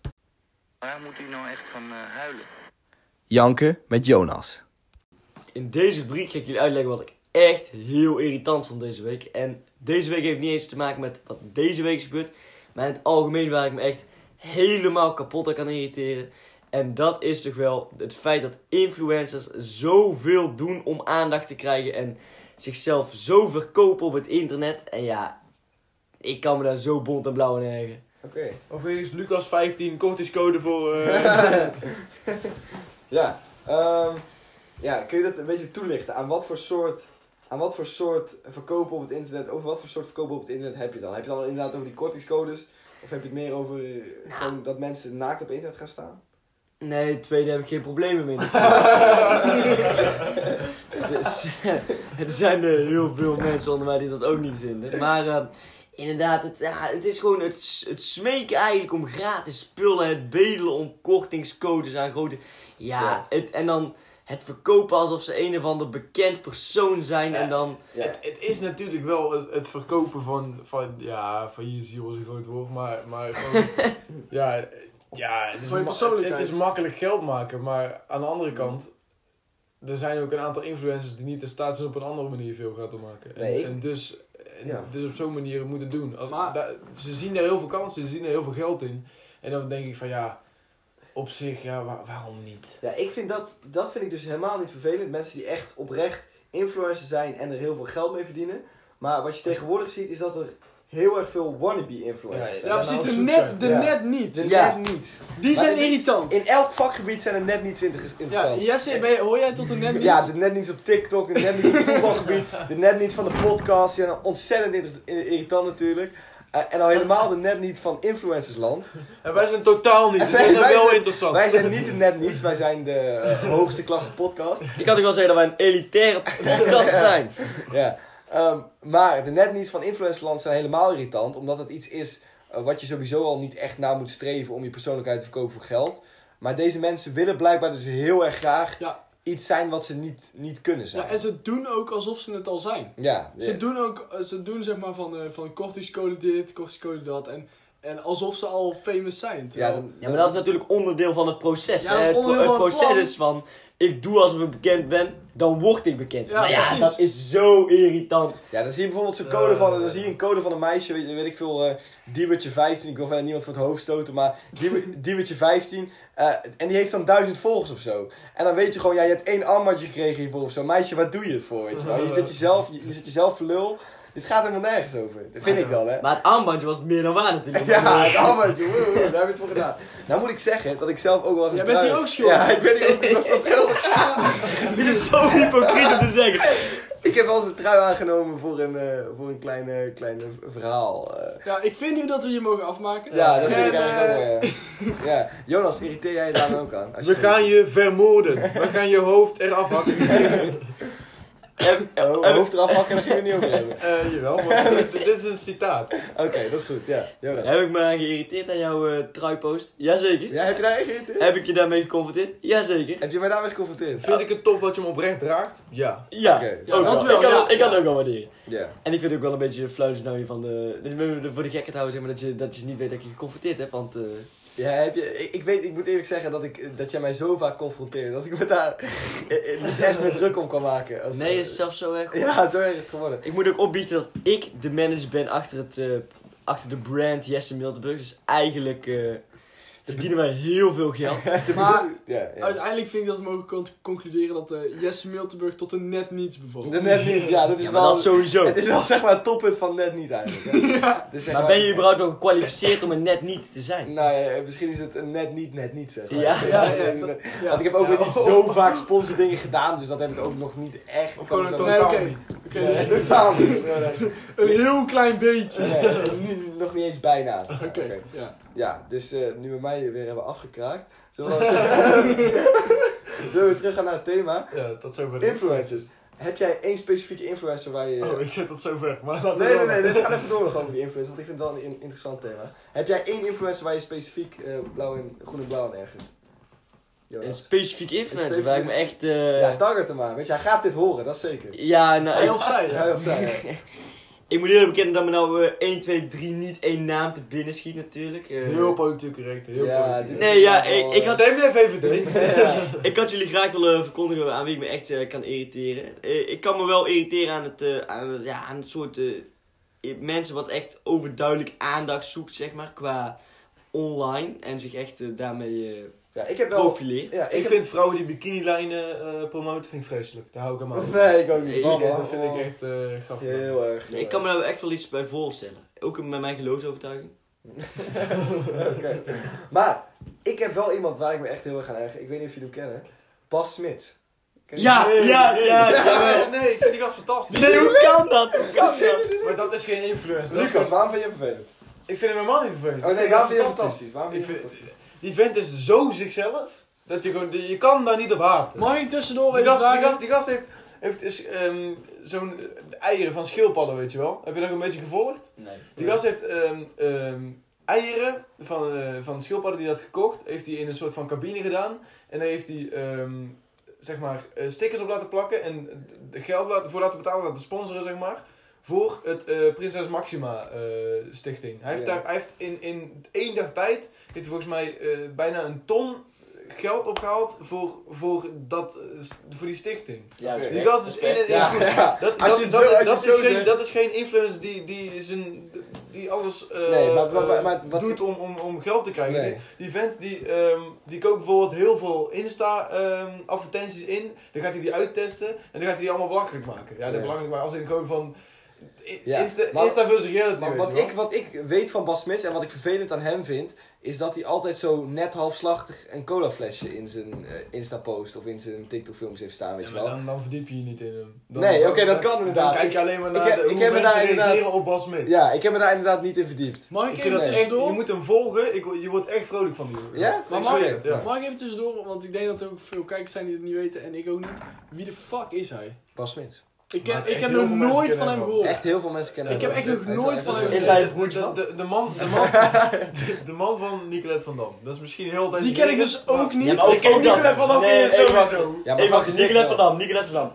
[SPEAKER 6] Waar moet u nou echt van eh, huilen?
[SPEAKER 1] Janken met Jonas.
[SPEAKER 2] In deze rubriek ga ik jullie uitleggen wat ik echt heel irritant vond deze week. En deze week heeft niet eens te maken met wat deze week is gebeurd. Maar in het algemeen waar ik me echt helemaal kapot aan kan irriteren. En dat is toch wel het feit dat influencers zoveel doen om aandacht te krijgen. En zichzelf zo verkopen op het internet. En ja, ik kan me daar zo bont en blauw aan ergeren.
[SPEAKER 1] Oké.
[SPEAKER 7] Overigens, Lucas 15, kortingscode voor... eh,
[SPEAKER 1] Ja, ehm, ja, kun je dat een beetje toelichten? Aan wat voor soort, aan wat voor soort verkopen op het internet, over wat voor soort verkopen op het internet heb je dan? Heb je het dan inderdaad over die kortingscodes? Of heb je het meer over eh, gewoon dat mensen naakt op internet gaan staan?
[SPEAKER 2] Nee, het tweede heb ik geen problemen mee. dus er zijn eh, heel veel mensen onder mij die dat ook niet vinden. Maar eh, inderdaad, het, ja, het is gewoon het, s- het smeken eigenlijk om gratis spullen. Het bedelen om kortingscodes aan grote... Ja,
[SPEAKER 1] Ja.
[SPEAKER 2] Het, en dan het verkopen alsof ze een of ander bekend persoon zijn. En dan...
[SPEAKER 1] Ja.
[SPEAKER 4] Het is natuurlijk wel het, het verkopen van, van, ja, van je ziel is een groot woord, maar, maar gewoon, ja, ja het, is
[SPEAKER 3] Van je
[SPEAKER 4] ma-
[SPEAKER 3] persoonlijkheid.
[SPEAKER 4] het, het is makkelijk geld maken, maar aan de andere kant, er zijn ook een aantal influencers die niet in staat zijn op een andere manier veel geld te maken. En,
[SPEAKER 1] Nee, ik-
[SPEAKER 4] en dus, en
[SPEAKER 1] Ja.
[SPEAKER 4] dus op zo'n manier moeten doen. Als,
[SPEAKER 3] Maar-
[SPEAKER 4] da- ze zien daar heel veel kansen, ze zien er heel veel geld in. En dan denk ik van, ja, op zich, ja, wa- waarom niet?
[SPEAKER 1] Ja, ik vind dat, dat vind ik dus helemaal niet vervelend. Mensen die echt oprecht influencer zijn en er heel veel geld mee verdienen. Maar wat je tegenwoordig ziet is dat er heel erg veel wannabe influencers
[SPEAKER 4] Ja,
[SPEAKER 3] ja,
[SPEAKER 1] zijn.
[SPEAKER 3] precies,
[SPEAKER 4] nou,
[SPEAKER 3] de
[SPEAKER 4] zoek
[SPEAKER 3] net,
[SPEAKER 4] zijn.
[SPEAKER 3] de
[SPEAKER 1] Ja.
[SPEAKER 3] net niet.
[SPEAKER 1] Dus
[SPEAKER 2] Ja.
[SPEAKER 1] net niet.
[SPEAKER 3] Die
[SPEAKER 1] Maar
[SPEAKER 3] zijn
[SPEAKER 1] dit is-
[SPEAKER 3] irritant.
[SPEAKER 1] In elk vakgebied zijn er net niet interessant.
[SPEAKER 3] Ja, Jesse, ben je- hoor jij tot de net niet?
[SPEAKER 1] Ja, de net niets op TikTok, de net niets op het voetbalgebied, de net niets van de podcast. Ja, ontzettend irrit- irritant natuurlijk. Eh, en al helemaal de net niet van influencersland.
[SPEAKER 4] En wij zijn totaal niet, dus dat is
[SPEAKER 1] Wij
[SPEAKER 4] wel
[SPEAKER 1] zijn-
[SPEAKER 3] Oh.
[SPEAKER 4] interessant.
[SPEAKER 1] Wij zijn niet de net niets, wij zijn de eh, hoogste klasse podcast.
[SPEAKER 2] Ik kan toch wel zeggen dat wij een elitaire podcast zijn.
[SPEAKER 1] Ja. Ehm, maar de net niets van influencerland zijn helemaal irritant, omdat het iets is eh, wat je sowieso al niet echt na moet streven om je persoonlijkheid te verkopen voor geld. Maar deze mensen willen blijkbaar dus heel erg graag
[SPEAKER 3] Ja.
[SPEAKER 1] iets zijn wat ze niet, niet kunnen zijn.
[SPEAKER 3] Ja, en ze doen ook alsof ze het al zijn.
[SPEAKER 1] Ja,
[SPEAKER 3] Ze doen ook, eh, ze doen zeg maar van, eh van kortingscode dit, kortingscode dat. En, en alsof ze al famous zijn.
[SPEAKER 1] ja,
[SPEAKER 3] Terwijl,
[SPEAKER 1] dan-
[SPEAKER 2] Ja, maar dat is natuurlijk onderdeel van het proces.
[SPEAKER 3] Ja,
[SPEAKER 2] hè.
[SPEAKER 3] dat is
[SPEAKER 2] het,
[SPEAKER 3] onderdeel
[SPEAKER 2] pro-
[SPEAKER 3] van het
[SPEAKER 2] proces
[SPEAKER 3] plan.
[SPEAKER 2] is van, ik doe alsof ik bekend ben, dan word ik bekend.
[SPEAKER 3] Ja,
[SPEAKER 2] maar ja,
[SPEAKER 3] precies.
[SPEAKER 2] dat is zo irritant.
[SPEAKER 1] Ja, dan zie je bijvoorbeeld zo'n
[SPEAKER 3] Eh.
[SPEAKER 1] code van, dan zie je een code van een meisje, weet, weet ik veel, eh Diebertje 15, ik wil verder niemand voor het hoofd stoten, maar Dieber- Diebertje 15, eh, en die heeft dan 1000 volgers of zo. En dan weet je gewoon, ja, je hebt één armbandje gekregen hiervoor of zo, meisje, wat doe je het voor, weet je wel? Je zet jezelf, je, je zet jezelf voor lul, dit gaat helemaal nergens over, dat vind ik wel, hè.
[SPEAKER 2] Maar het armbandje was meer dan waar natuurlijk.
[SPEAKER 1] Ja, het armbandje, woe, woe, daar heb je het voor gedaan. Nou moet ik zeggen dat ik zelf ook wel eens een
[SPEAKER 3] Jij bent
[SPEAKER 1] trui-
[SPEAKER 3] hier ook schuldig.
[SPEAKER 1] Ja, ik ben hier ook een soort van schuldig.
[SPEAKER 2] Dit is zo hypocriet om te zeggen.
[SPEAKER 1] Ik heb wel eens een trui aangenomen voor een, eh, voor een klein, eh, klein eh, verhaal. eh.
[SPEAKER 3] ja, ik vind nu dat we hier mogen afmaken.
[SPEAKER 1] Ja, dat vind
[SPEAKER 3] En,
[SPEAKER 1] ik eigenlijk
[SPEAKER 3] eh,
[SPEAKER 1] ook wel, ja. ja. Jonas, irriteer jij je dus daar dan ook aan? Als
[SPEAKER 4] We gaan je vermoorden. We gaan je hoofd eraf hakken.
[SPEAKER 2] Eh,
[SPEAKER 1] Hoofd eraf hakken, daar gaan we het niet over hebben.
[SPEAKER 4] Eh, jawel, maar dit, dit is een citaat.
[SPEAKER 1] Oké, dat is goed. Ja, Jonas.
[SPEAKER 2] Heb ik me aan geïrriteerd aan jouw eh, truipost? Jazeker.
[SPEAKER 1] Ja, heb je daar echt gegeten?
[SPEAKER 2] Heb ik je daarmee geconfronteerd? Jazeker.
[SPEAKER 1] Heb je mij daarmee geconfronteerd?
[SPEAKER 4] Vind ik het tof dat je hem oprecht raakt? Ja.
[SPEAKER 2] Ja.
[SPEAKER 1] Oké,
[SPEAKER 3] Ja,
[SPEAKER 1] nou,
[SPEAKER 3] dat
[SPEAKER 2] Ik
[SPEAKER 3] wel,
[SPEAKER 2] kan,
[SPEAKER 3] ja.
[SPEAKER 2] ik kan het ook wel waarderen.
[SPEAKER 1] Ja.
[SPEAKER 2] En ik vind het ook wel een beetje flauw nou hier van de... Dit is voor de gekken trouwens, zeg maar, dat je, dat je niet weet dat ik je geconfronteerd heb, want... eh,
[SPEAKER 1] Ja, heb je, ik, ik weet, ik moet eerlijk zeggen dat, ik, dat jij mij zo vaak confronteerde dat ik me daar eh, eh, niet echt meer druk om kan maken. Als, eh,
[SPEAKER 2] nee, is het zelfs zo erg.
[SPEAKER 1] Ja, zo erg is het geworden.
[SPEAKER 2] Ik moet ook opbiechten dat ik de manager ben achter, het, eh, achter de brand Jesse Miltenburg. Dus eigenlijk eh verdienen wij heel veel geld.
[SPEAKER 3] Maar
[SPEAKER 1] Ja, ja.
[SPEAKER 3] uiteindelijk vind ik dat we mogen con- concluderen dat eh, Jesse Miltenburg tot een net niets bevoordeeld.
[SPEAKER 1] De net niet, ja, dat is
[SPEAKER 2] Ja, maar
[SPEAKER 1] wel...
[SPEAKER 2] dat sowieso.
[SPEAKER 1] Het is wel zeg maar het toppunt van net niet eigenlijk. hè. Het is, zeg
[SPEAKER 2] Maar ben je überhaupt wel gekwalificeerd om een net niet te zijn?
[SPEAKER 1] Nou ja, misschien is het een net niet, net niet zeg maar.
[SPEAKER 2] Ja,
[SPEAKER 3] ja, ja,
[SPEAKER 1] En,
[SPEAKER 3] dat-
[SPEAKER 1] eh,
[SPEAKER 3] ja. oh.
[SPEAKER 1] Want ik heb ook weer niet zo vaak sponsordingen gedaan, dus dat heb ik ook nog niet echt...
[SPEAKER 4] Of gewoon een
[SPEAKER 1] kan ik
[SPEAKER 3] Nee,
[SPEAKER 4] totaal
[SPEAKER 3] oké.
[SPEAKER 4] niet.
[SPEAKER 3] Oké,
[SPEAKER 1] zo-
[SPEAKER 3] dus
[SPEAKER 1] Nee, totaal niet. Nee, nee.
[SPEAKER 3] een heel klein beetje.
[SPEAKER 1] Nee, niet- nog niet eens bijna.
[SPEAKER 3] Oké,
[SPEAKER 1] Oké.
[SPEAKER 3] ja.
[SPEAKER 1] Ja, dus eh, nu we mij weer hebben afgekraakt, zullen we, zullen we terug gaan naar het thema.
[SPEAKER 4] Ja, tot zover. de-
[SPEAKER 1] Influencers. Heb jij één specifieke influencer waar je...
[SPEAKER 4] Oh, ik zet dat zo ver. Maar laten we
[SPEAKER 1] nee, nee,
[SPEAKER 4] dan-
[SPEAKER 1] nee, dit gaat even door nog over die influencer, want ik vind het wel een in- interessant thema. Heb jij één influencer waar je specifiek eh, blauw en, groen en blauw aan ergert? Jonas?
[SPEAKER 2] Een specifieke influencer waar ik me echt... eh,
[SPEAKER 1] Ja, target hem maar. Weet je, hij gaat dit horen, dat is zeker.
[SPEAKER 2] ja, nou...
[SPEAKER 3] Hij of zij,
[SPEAKER 1] Hij
[SPEAKER 3] ja.
[SPEAKER 1] of zij, ja.
[SPEAKER 2] Ik moet eerlijk bekennen dat me nou eh, 1, 2, 3 niet één naam te binnen schiet natuurlijk. Eh,
[SPEAKER 4] Heel politiek correct, heel
[SPEAKER 1] Ja,
[SPEAKER 4] politiek
[SPEAKER 1] dit-
[SPEAKER 4] correct.
[SPEAKER 2] Nee, ja, ik, ik, had,
[SPEAKER 4] Stem jij VVD?
[SPEAKER 2] Eh, ik had jullie graag willen verkondigen aan wie ik me echt eh, kan irriteren. Eh, ik kan me wel irriteren aan het, eh, aan, het- ja, aan het soort eh, eh, mensen wat echt overduidelijk aandacht zoekt, zeg maar, qua online. En zich echt eh, daarmee eh
[SPEAKER 1] Ja, ik heb wel...
[SPEAKER 2] profileert.
[SPEAKER 1] Ja, ik,
[SPEAKER 4] Ik
[SPEAKER 1] heb-
[SPEAKER 4] vind vrouwen die bikinilijnen eh, promoten, vind ik vreselijk. Daar hou ik helemaal van.
[SPEAKER 1] Nee, ik ook niet.
[SPEAKER 2] Nee,
[SPEAKER 1] Man, man,
[SPEAKER 4] Dat vind
[SPEAKER 1] man.
[SPEAKER 4] ik echt eh gaaf.
[SPEAKER 1] Heel erg. heel
[SPEAKER 2] Ik kan me
[SPEAKER 1] erg.
[SPEAKER 2] daar echt wel iets bij voorstellen. Ook met mijn geloofsovertuiging.
[SPEAKER 1] Oké. Maar, ik heb wel iemand waar ik me echt heel erg aan erger. Ik weet niet of jullie hem kennen. Bas Smit. Ken je
[SPEAKER 2] Ja,
[SPEAKER 1] die?
[SPEAKER 2] ja, ja.
[SPEAKER 4] Ja, nee, ik vind die gast fantastisch.
[SPEAKER 2] Nee, hoe kan dat? Hoe kan dat?
[SPEAKER 4] Maar dat is geen influencer. dat is
[SPEAKER 1] Lucas, waarom vind je hem vervelend?
[SPEAKER 4] gewoon- Ik vind hem helemaal niet vervelend.
[SPEAKER 1] Oh
[SPEAKER 4] Ik
[SPEAKER 1] nee,
[SPEAKER 4] vind
[SPEAKER 1] waarom vind
[SPEAKER 4] hem
[SPEAKER 1] je hem fantastisch? Waarom
[SPEAKER 4] Ik
[SPEAKER 1] vind je hem
[SPEAKER 4] vind,
[SPEAKER 1] fantastisch?
[SPEAKER 4] die vent is zo zichzelf, dat je gewoon, je kan daar niet op haten.
[SPEAKER 3] Mag ik tussendoor
[SPEAKER 4] Die
[SPEAKER 3] even
[SPEAKER 4] gast, die
[SPEAKER 3] vragen?
[SPEAKER 4] gast, die gast heeft, heeft is, ehm, zo'n eh, eieren van schildpadden, weet je wel. Heb je dat een beetje gevolgd?
[SPEAKER 2] Nee.
[SPEAKER 4] Die gast heeft ehm, ehm, eieren van, eh, van schildpadden die hij had gekocht, heeft hij in een soort van cabine gedaan. En daar heeft hij, ehm, zeg maar, eh, stickers op laten plakken en de geld laten, voor laten betalen, laten sponsoren, zeg maar. Voor het eh, Prinses Maxima eh, stichting. Hij heeft,
[SPEAKER 1] Ja.
[SPEAKER 4] daar, hij heeft in, in één dag tijd, heeft hij volgens mij eh, bijna een ton geld opgehaald voor, voor, dat, eh, st- voor die stichting.
[SPEAKER 2] Ja,
[SPEAKER 1] Oké.
[SPEAKER 4] Die gast is in en in.
[SPEAKER 1] Ja, ja.
[SPEAKER 4] Dat,
[SPEAKER 1] Als
[SPEAKER 4] dat,
[SPEAKER 1] je het
[SPEAKER 4] dat
[SPEAKER 1] zo- als
[SPEAKER 4] is,
[SPEAKER 1] je
[SPEAKER 4] dat,
[SPEAKER 1] het
[SPEAKER 4] is
[SPEAKER 1] zo
[SPEAKER 4] geen,
[SPEAKER 1] zegt.
[SPEAKER 4] dat is geen influencer die, die, zijn, die alles eh,
[SPEAKER 1] Nee, maar- maar- maar-
[SPEAKER 4] eh,
[SPEAKER 1] maar wat-
[SPEAKER 4] doet om, om, om geld te krijgen.
[SPEAKER 1] Nee.
[SPEAKER 4] Die, die vent die, ehm, die koopt bijvoorbeeld heel veel Insta-advertenties in. Dan gaat hij die uittesten en dan gaat hij die allemaal belachelijk maken. Ja, dat
[SPEAKER 1] Ja.
[SPEAKER 4] belachelijk maken als in gewoon van i-
[SPEAKER 1] Ja,
[SPEAKER 4] Insta,
[SPEAKER 1] maar-
[SPEAKER 4] Insta versus reality.
[SPEAKER 1] Maar
[SPEAKER 4] weet je
[SPEAKER 1] wat
[SPEAKER 4] wel.
[SPEAKER 1] ik, wat ik weet van Bas Smit en wat ik vervelend aan hem vind, is dat hij altijd zo net halfslachtig een colaflesje in zijn eh, Insta-post of in zijn TikTok-films heeft staan, weet
[SPEAKER 4] Ja,
[SPEAKER 1] je
[SPEAKER 4] maar
[SPEAKER 1] wel.
[SPEAKER 4] dan, dan verdiep je je niet in hem. Dan-
[SPEAKER 1] Nee,
[SPEAKER 4] dan-
[SPEAKER 1] oké, dat kan
[SPEAKER 4] dan
[SPEAKER 1] inderdaad.
[SPEAKER 4] kijk je alleen maar
[SPEAKER 1] Ik
[SPEAKER 4] naar
[SPEAKER 1] heb-
[SPEAKER 4] de,
[SPEAKER 1] ik
[SPEAKER 4] hoe
[SPEAKER 1] heb me
[SPEAKER 4] mensen
[SPEAKER 1] daar inderdaad-
[SPEAKER 4] reageren op Bas Smit.
[SPEAKER 1] Ja, ik heb me daar inderdaad niet in verdiept.
[SPEAKER 3] Mag
[SPEAKER 4] Ik
[SPEAKER 3] ik
[SPEAKER 4] vind
[SPEAKER 3] even
[SPEAKER 4] dat echt, je
[SPEAKER 3] tussendoor?
[SPEAKER 4] moet hem volgen. Ik, je wordt echt vrolijk van die gast.
[SPEAKER 1] Ja?
[SPEAKER 4] Ik
[SPEAKER 3] Maar
[SPEAKER 4] zweer
[SPEAKER 3] mag-
[SPEAKER 4] het, ja.
[SPEAKER 3] Mag ik even tussendoor, want ik denk dat er ook veel kijkers zijn die het niet weten en ik ook niet. Wie de fuck is hij?
[SPEAKER 1] Bas Smit.
[SPEAKER 3] Ik,
[SPEAKER 4] Maar
[SPEAKER 3] ken, ik
[SPEAKER 4] echt
[SPEAKER 3] heb
[SPEAKER 4] heel
[SPEAKER 3] nog
[SPEAKER 4] veel mensen
[SPEAKER 3] nooit
[SPEAKER 4] kennen
[SPEAKER 3] van hem
[SPEAKER 4] hem ook.
[SPEAKER 3] gehoord.
[SPEAKER 1] Echt heel veel mensen kennen
[SPEAKER 3] Ik
[SPEAKER 1] hem.
[SPEAKER 3] heb echt nog
[SPEAKER 1] Hij is-
[SPEAKER 3] nooit
[SPEAKER 1] hij
[SPEAKER 3] van
[SPEAKER 1] Dus is-
[SPEAKER 3] hem
[SPEAKER 2] Is hij het broertje
[SPEAKER 4] de,
[SPEAKER 2] van?
[SPEAKER 4] de, de man, de man, de, de man van Nicolette van Dam. Dat is misschien heel tijd
[SPEAKER 3] Die ken ik
[SPEAKER 4] geleden,
[SPEAKER 3] dus
[SPEAKER 4] maar-
[SPEAKER 3] ook niet.
[SPEAKER 2] Ja, maar
[SPEAKER 1] Nou,
[SPEAKER 2] ook
[SPEAKER 4] Ik ken
[SPEAKER 2] dan.
[SPEAKER 4] Nicolette van Dam
[SPEAKER 2] Nee,
[SPEAKER 4] niet
[SPEAKER 2] ik
[SPEAKER 4] eens
[SPEAKER 2] was-
[SPEAKER 4] sowieso.
[SPEAKER 1] Ja, maar van
[SPEAKER 2] Even wacht,
[SPEAKER 1] gezicht
[SPEAKER 2] Nicolette
[SPEAKER 1] wel.
[SPEAKER 2] van Dam, Nicolette van Dam.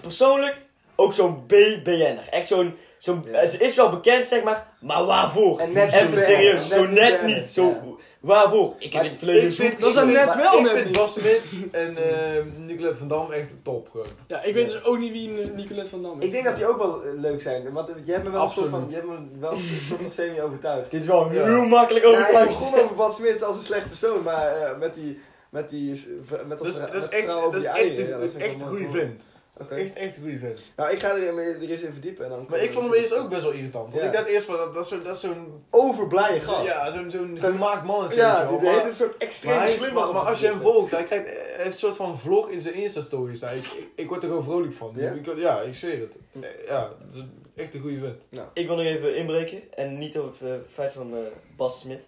[SPEAKER 2] Persoonlijk ook zo'n BBN'er. Echt zo'n, zo'n,
[SPEAKER 1] Ja.
[SPEAKER 2] ze is wel bekend zeg maar, maar waarvoor?
[SPEAKER 1] En net
[SPEAKER 2] Even
[SPEAKER 1] niet
[SPEAKER 2] serieus,
[SPEAKER 1] BN'er.
[SPEAKER 2] zo
[SPEAKER 1] Net
[SPEAKER 2] net
[SPEAKER 1] niet
[SPEAKER 2] niet.
[SPEAKER 1] BN'er,
[SPEAKER 2] Zo, Waarvoor? Ik heb
[SPEAKER 1] Maar
[SPEAKER 2] in het verleden
[SPEAKER 1] ik vind-
[SPEAKER 2] gezocht.
[SPEAKER 3] Dat is hem
[SPEAKER 1] Ik
[SPEAKER 3] net
[SPEAKER 1] vind-
[SPEAKER 3] wel
[SPEAKER 4] Ik
[SPEAKER 3] net
[SPEAKER 4] vind
[SPEAKER 3] niet.
[SPEAKER 4] Bas Smit en eh Nicolette van Dam echt top gewoon.
[SPEAKER 3] Ja, ik weet dus ook niet wie eh, Nicolette van Dam is.
[SPEAKER 1] Ik denk dat die ook wel eh, leuk zijn, want je hebt me wel een soort van, je hebt me wel een soort van semi-overtuigd.
[SPEAKER 2] Dit is wel
[SPEAKER 1] Ja.
[SPEAKER 2] heel makkelijk
[SPEAKER 1] Ja, ik
[SPEAKER 2] overtuigd.
[SPEAKER 1] begon over Bad Smith als een slecht persoon, maar eh, met die... Met die... s- v- Met dat,
[SPEAKER 4] Dat is,
[SPEAKER 1] verhaal-
[SPEAKER 4] dat is
[SPEAKER 1] met
[SPEAKER 4] echt,
[SPEAKER 1] verhaal over
[SPEAKER 4] dat is
[SPEAKER 1] die
[SPEAKER 4] echt,
[SPEAKER 1] eieren, ja,
[SPEAKER 4] een- dat is
[SPEAKER 1] vind ik
[SPEAKER 4] echt een
[SPEAKER 1] wel
[SPEAKER 4] goede
[SPEAKER 1] mooi.
[SPEAKER 4] vent.
[SPEAKER 1] Oké.
[SPEAKER 4] Echt, echt een goede vent.
[SPEAKER 1] Nou, ik ga er, er eens in verdiepen en dan...
[SPEAKER 4] Maar ik vond hem eerst ook best wel irritant. Want
[SPEAKER 1] Ja.
[SPEAKER 4] ik dacht eerst van, dat, dat is zo'n, dat is zo'n,
[SPEAKER 1] Overblije gast.
[SPEAKER 4] ja, zo'n, zo'n
[SPEAKER 1] Zo'n-
[SPEAKER 4] gemaakt mannetje. weet
[SPEAKER 1] Ja,
[SPEAKER 4] je wel,
[SPEAKER 1] die
[SPEAKER 4] maar-
[SPEAKER 1] heeft een soort
[SPEAKER 4] Maar,
[SPEAKER 1] extreem
[SPEAKER 4] hij is-
[SPEAKER 1] glimlach
[SPEAKER 4] maar,
[SPEAKER 1] op zijn
[SPEAKER 4] maar als je hem
[SPEAKER 1] gezicht.
[SPEAKER 4] volgt, hij krijgt eh, hij heeft een soort van vlog in zijn Insta-stories. Nou, ik, ik, ik word er gewoon vrolijk van.
[SPEAKER 1] Ja?
[SPEAKER 4] Ik, ja, ik zweer het. Eh, Ja, dat is echt een goede wet.
[SPEAKER 2] Ik wil nog even inbreken en niet op eh, het feit van eh, Bas Smit.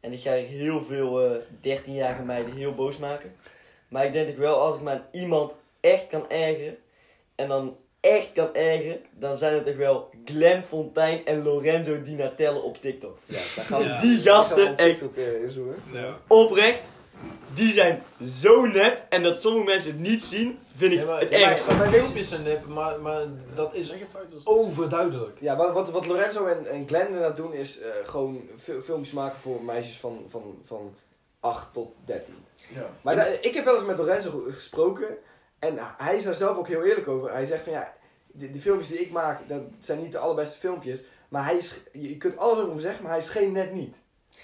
[SPEAKER 2] En ik ga hier heel veel eh 13-jarige meiden heel boos maken. Maar ik denk dat ik wel, als ik me aan iemand echt kan ergeren en dan echt kan ergeren, dan zijn het toch wel Glenn Fontijn en Lorenzo Di Natelle op TikTok. Ja, daar gaan
[SPEAKER 8] Ja.
[SPEAKER 2] die gasten echt
[SPEAKER 1] op eh, inzoomen.
[SPEAKER 8] Ja.
[SPEAKER 2] oprecht. Die zijn zo nep en dat sommige mensen het niet zien, vind ik
[SPEAKER 4] Ja, maar,
[SPEAKER 2] het
[SPEAKER 4] ja, maar-
[SPEAKER 2] ergste.
[SPEAKER 4] maar filmpjes zijn nep, maar, maar dat is
[SPEAKER 3] Zeg een fout als
[SPEAKER 4] overduidelijk.
[SPEAKER 1] Ja, wat, wat, wat Lorenzo en, en Glenn inderdaad doen is eh, gewoon fil- filmpjes maken voor meisjes van, van, van 8 tot 13.
[SPEAKER 4] Ja.
[SPEAKER 1] Maar da- ik heb wel eens met Lorenzo ge- gesproken en hij is daar zelf ook heel eerlijk over. Hij zegt van ja, die, die filmpjes die ik maak, dat zijn niet de allerbeste filmpjes. Maar hij is, je je kunt alles over hem zeggen, maar hij is geen net niet.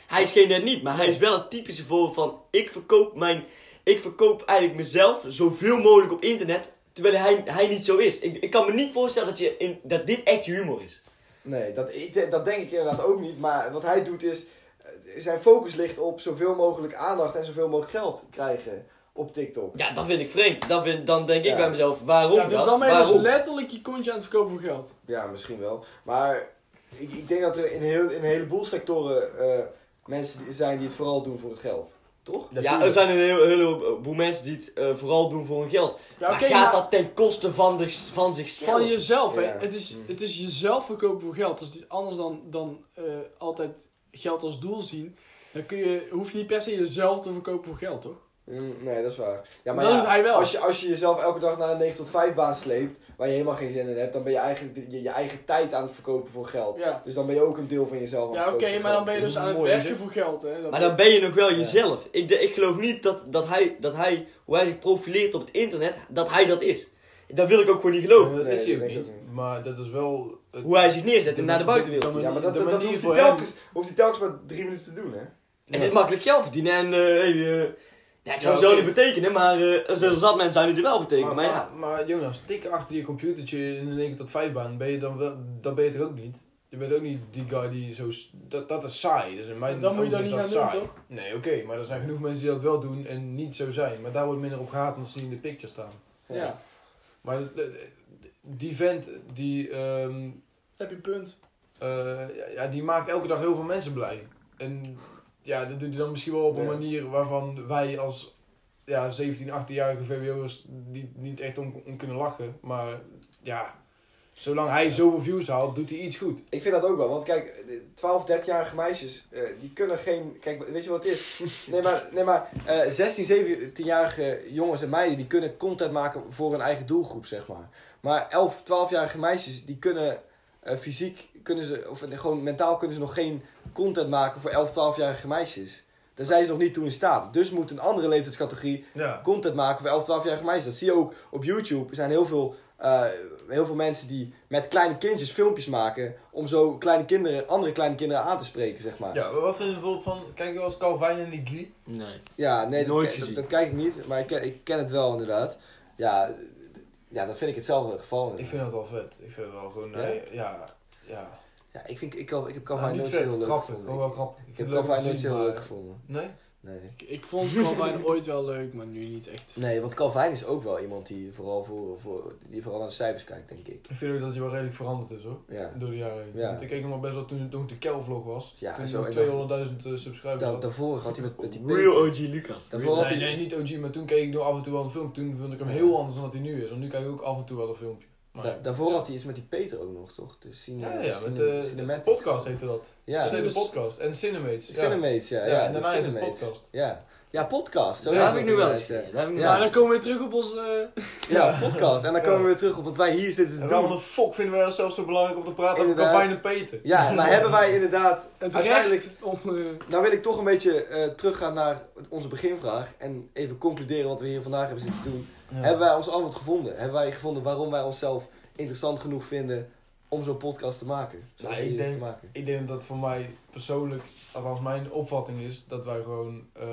[SPEAKER 2] Hij is geen net niet, maar hij is wel het typische voorbeeld van ik verkoop mijn. Ik verkoop eigenlijk mezelf zoveel mogelijk op internet. Terwijl hij, hij niet zo is. Ik, ik kan me niet voorstellen dat, je in, dat dit echt je humor is.
[SPEAKER 1] Nee, dat, ik de- dat denk ik inderdaad ook niet. Maar wat hij doet is, eh, zijn focus ligt op zoveel mogelijk aandacht en zoveel mogelijk geld krijgen op TikTok.
[SPEAKER 2] Ja, dat vind ik vreemd. Dat vind, dan denk
[SPEAKER 1] Ja.
[SPEAKER 2] ik bij mezelf, waarom?
[SPEAKER 3] Ja, dus
[SPEAKER 2] gast?
[SPEAKER 3] dan ben je dus
[SPEAKER 2] waarom?
[SPEAKER 3] letterlijk je kontje aan het verkopen voor geld.
[SPEAKER 1] Ja, misschien wel. Maar ik, ik denk dat er in, heel, in een heleboel sectoren eh, mensen die- zijn die het vooral doen voor het geld. Toch?
[SPEAKER 2] ja, er zijn een heel- heleboel mensen die het eh, vooral doen voor hun geld.
[SPEAKER 3] Ja,
[SPEAKER 2] maar
[SPEAKER 3] oké,
[SPEAKER 2] gaat
[SPEAKER 3] maar-
[SPEAKER 2] dat ten koste van, de, van zichzelf?
[SPEAKER 3] Van jezelf, hè?
[SPEAKER 1] Ja.
[SPEAKER 3] Het, is, het is jezelf verkopen voor geld. Dus die- anders dan, dan eh, altijd geld als doel zien, dan kun je, hoef je niet per se jezelf te verkopen voor geld, toch?
[SPEAKER 1] Mm, nee, dat is waar. Ja, maar
[SPEAKER 3] Dat
[SPEAKER 1] ja,
[SPEAKER 3] doet hij wel.
[SPEAKER 1] Als je, als je jezelf elke dag naar een 9 tot 5 baan sleept, waar je helemaal geen zin in hebt, dan ben je eigenlijk de- je, je eigen tijd aan het verkopen voor geld.
[SPEAKER 3] Ja.
[SPEAKER 1] Dus dan ben je ook een deel van jezelf aan het
[SPEAKER 3] Ja, oké,
[SPEAKER 1] verkopen voor
[SPEAKER 3] maar dan
[SPEAKER 1] geld.
[SPEAKER 3] ben je dus aan het
[SPEAKER 1] Mooi,
[SPEAKER 3] werken
[SPEAKER 1] dus-
[SPEAKER 3] voor geld, hè? Dan
[SPEAKER 2] Maar dan ben je nog wel jezelf. Ik, de- ik geloof niet dat, dat, hij, dat hij, hoe hij zich profileert op het internet, dat hij dat is. Dat wil ik ook gewoon niet geloven.
[SPEAKER 4] Eh, dat
[SPEAKER 1] Oh. Nee,
[SPEAKER 4] is hij
[SPEAKER 1] dat
[SPEAKER 4] ook
[SPEAKER 1] denk ik
[SPEAKER 4] niet,
[SPEAKER 1] ook niet.
[SPEAKER 4] maar dat is wel... het-
[SPEAKER 2] Hoe hij zich neerzet en naar de buitenwereld.
[SPEAKER 4] de
[SPEAKER 1] Ja, maar dat,
[SPEAKER 4] manier-
[SPEAKER 1] dat,
[SPEAKER 4] de
[SPEAKER 1] dat
[SPEAKER 4] manier
[SPEAKER 1] hoeft, hij
[SPEAKER 4] voor hem-
[SPEAKER 1] telkens, hoeft hij telkens maar drie minuten te doen, hè?
[SPEAKER 2] Het is makkelijk geld verdienen en... eh eh, ja, ik zou
[SPEAKER 4] Ja,
[SPEAKER 2] het zo
[SPEAKER 4] oké.
[SPEAKER 2] niet vertekenen, maar eh, er zijn zat mensen zijn die er wel vertekenen.
[SPEAKER 4] Maar,
[SPEAKER 2] Maar ja,
[SPEAKER 4] maar, maar jongens, tik achter je computertje in een 9 tot 5 baan, ben je dan wel, dat ben je toch ook niet? Je bent ook niet die guy die zo... s- Dat, dat is saai. Dus in mijn
[SPEAKER 3] Dan moet je
[SPEAKER 4] ogen
[SPEAKER 3] dat
[SPEAKER 4] is
[SPEAKER 3] niet gaan
[SPEAKER 4] saai.
[SPEAKER 3] doen, toch?
[SPEAKER 4] Nee, oké, maar er zijn genoeg mensen die dat wel doen en niet zo zijn. Maar daar wordt minder op gehaat dan ze in de picture staan.
[SPEAKER 3] Ja.
[SPEAKER 1] Ja.
[SPEAKER 4] Maar eh, die vent, die, ehm,
[SPEAKER 3] heb je een punt.
[SPEAKER 4] eh, ja, ja, die maakt elke dag heel veel mensen blij. En ja, dat doet hij dan misschien wel op een
[SPEAKER 1] Ja.
[SPEAKER 4] manier waarvan wij als ja, 17, 18-jarige VWO'ers die niet echt om, om kunnen lachen. Maar ja, zolang hij zoveel views haalt, doet hij iets goed.
[SPEAKER 1] Ik vind dat ook wel, want kijk, de 12, 13-jarige meisjes, eh, die kunnen geen... Kijk, weet je wat het is? Nee, maar, nee, maar eh 16, 17-jarige jongens en meiden, die kunnen content maken voor hun eigen doelgroep, zeg maar. Maar 11, 12-jarige meisjes, die kunnen eh, fysiek, kunnen ze, of gewoon mentaal kunnen ze nog geen content maken voor 11, 12-jarige meisjes. Daar zijn ze nog niet toe in staat. Dus moet een andere leeftijdscategorie
[SPEAKER 4] Ja.
[SPEAKER 1] content maken voor 11, 12-jarige meisjes. Dat zie je ook op YouTube. Er zijn heel veel, eh, heel veel mensen die met kleine kindjes filmpjes maken. om zo kleine kinderen, andere kleine kinderen aan te spreken, zeg maar. Ja,
[SPEAKER 4] Ja, wat vind je bijvoorbeeld van, kijk je wel eens Calvin en die Guy?
[SPEAKER 2] nee.
[SPEAKER 1] nee, dat,
[SPEAKER 2] Nooit
[SPEAKER 1] dat-
[SPEAKER 2] gezien.
[SPEAKER 1] Dat, kijk ik niet, maar ik ken, ik ken het wel inderdaad. Ja, d- ja, dat vind ik hetzelfde geval.
[SPEAKER 4] Ik vind dat wel vet. Ik vind het wel gewoon,
[SPEAKER 1] Ja?
[SPEAKER 4] eh, ja, ja.
[SPEAKER 1] Ja, ik, vind, ik, ik, ik heb
[SPEAKER 4] Nou,
[SPEAKER 1] Calvin
[SPEAKER 4] niet
[SPEAKER 1] nooit
[SPEAKER 4] vet,
[SPEAKER 1] heel leuk
[SPEAKER 4] grappig,
[SPEAKER 1] gevonden.
[SPEAKER 4] gewoon wel grappig.
[SPEAKER 1] Ik
[SPEAKER 4] vind
[SPEAKER 1] heb
[SPEAKER 4] het leuk om
[SPEAKER 1] Calvin
[SPEAKER 4] te
[SPEAKER 1] nooit
[SPEAKER 4] zien,
[SPEAKER 1] heel
[SPEAKER 4] maar-
[SPEAKER 1] leuk gevonden.
[SPEAKER 4] Nee?
[SPEAKER 1] Nee.
[SPEAKER 3] Ik, ik vond Calvin ooit wel leuk, maar nu niet echt.
[SPEAKER 1] nee, want Calvin is ook wel iemand die vooral, voor, voor, die vooral naar de cijfers kijkt, denk ik.
[SPEAKER 4] Ik vind ook dat hij wel redelijk veranderd is hoor.
[SPEAKER 1] Ja.
[SPEAKER 4] Door de jaren heen.
[SPEAKER 1] Ja.
[SPEAKER 4] Want ik keek hem al best wel toen, toen het de Kel-vlog was.
[SPEAKER 1] Ja,
[SPEAKER 4] toen
[SPEAKER 1] zo,
[SPEAKER 4] hij
[SPEAKER 1] en
[SPEAKER 4] 200.000 eh, subscribers
[SPEAKER 1] Da,
[SPEAKER 4] had.
[SPEAKER 1] daarvoor had hij met, met die
[SPEAKER 2] Real
[SPEAKER 1] Peter-
[SPEAKER 2] OG Lucas.
[SPEAKER 1] Daarvoor had
[SPEAKER 4] nee,
[SPEAKER 1] hij...
[SPEAKER 4] nee, niet OG, maar toen keek ik nog af en toe wel een filmpje. Toen vond ik hem heel anders dan dat hij nu is. Want nu kijk ik ook af en toe wel een filmpje. Maar,
[SPEAKER 1] Da- daarvoor
[SPEAKER 4] ja.
[SPEAKER 1] had hij iets met die Peter ook nog, toch? De cine,
[SPEAKER 4] Ja, ja,
[SPEAKER 1] cine-
[SPEAKER 4] met eh, de
[SPEAKER 1] cinematics.
[SPEAKER 4] podcast heette dat.
[SPEAKER 1] Ja,
[SPEAKER 4] Cine-
[SPEAKER 3] Dus-
[SPEAKER 4] de podcast. En Cinemates. Ja.
[SPEAKER 1] Cinemates, ja.
[SPEAKER 4] Ja,
[SPEAKER 1] ja, de
[SPEAKER 4] en daarna heette het
[SPEAKER 1] Cinemates.
[SPEAKER 4] podcast.
[SPEAKER 1] Ja. Ja, podcast. zo
[SPEAKER 2] Daar
[SPEAKER 1] heet
[SPEAKER 2] heb ik
[SPEAKER 1] dat
[SPEAKER 2] nu wel eens
[SPEAKER 1] inderdaad,
[SPEAKER 2] gezien.
[SPEAKER 1] ja.
[SPEAKER 2] Daar heb ik nu
[SPEAKER 1] Ja.
[SPEAKER 2] wel
[SPEAKER 3] Maar
[SPEAKER 2] eens
[SPEAKER 3] Nou, dan komen we weer terug op ons. eh,
[SPEAKER 1] Ja, podcast. En dan
[SPEAKER 4] Ja.
[SPEAKER 1] komen we weer terug op wat wij hier zitten te
[SPEAKER 4] En waarom
[SPEAKER 1] doen.
[SPEAKER 4] de fuck vinden wij onszelf zo belangrijk om te praten over
[SPEAKER 1] Inderdaad.
[SPEAKER 4] Calvin en Peter?
[SPEAKER 1] Ja, maar hebben wij inderdaad...
[SPEAKER 3] het
[SPEAKER 1] Uiteindelijk-
[SPEAKER 3] recht om. eh,
[SPEAKER 1] Nou wil ik toch een beetje eh, teruggaan naar onze beginvraag. En even concluderen wat we hier vandaag hebben zitten doen. Hebben wij ons antwoord gevonden? Hebben wij gevonden waarom wij onszelf interessant genoeg vinden om zo'n podcast te maken? Zoals
[SPEAKER 4] Nou,
[SPEAKER 1] we
[SPEAKER 4] ik
[SPEAKER 1] hier zitten
[SPEAKER 4] denk-
[SPEAKER 1] te maken.
[SPEAKER 4] Ik denk dat voor mij persoonlijk, althans mijn opvatting is, dat wij gewoon ehm,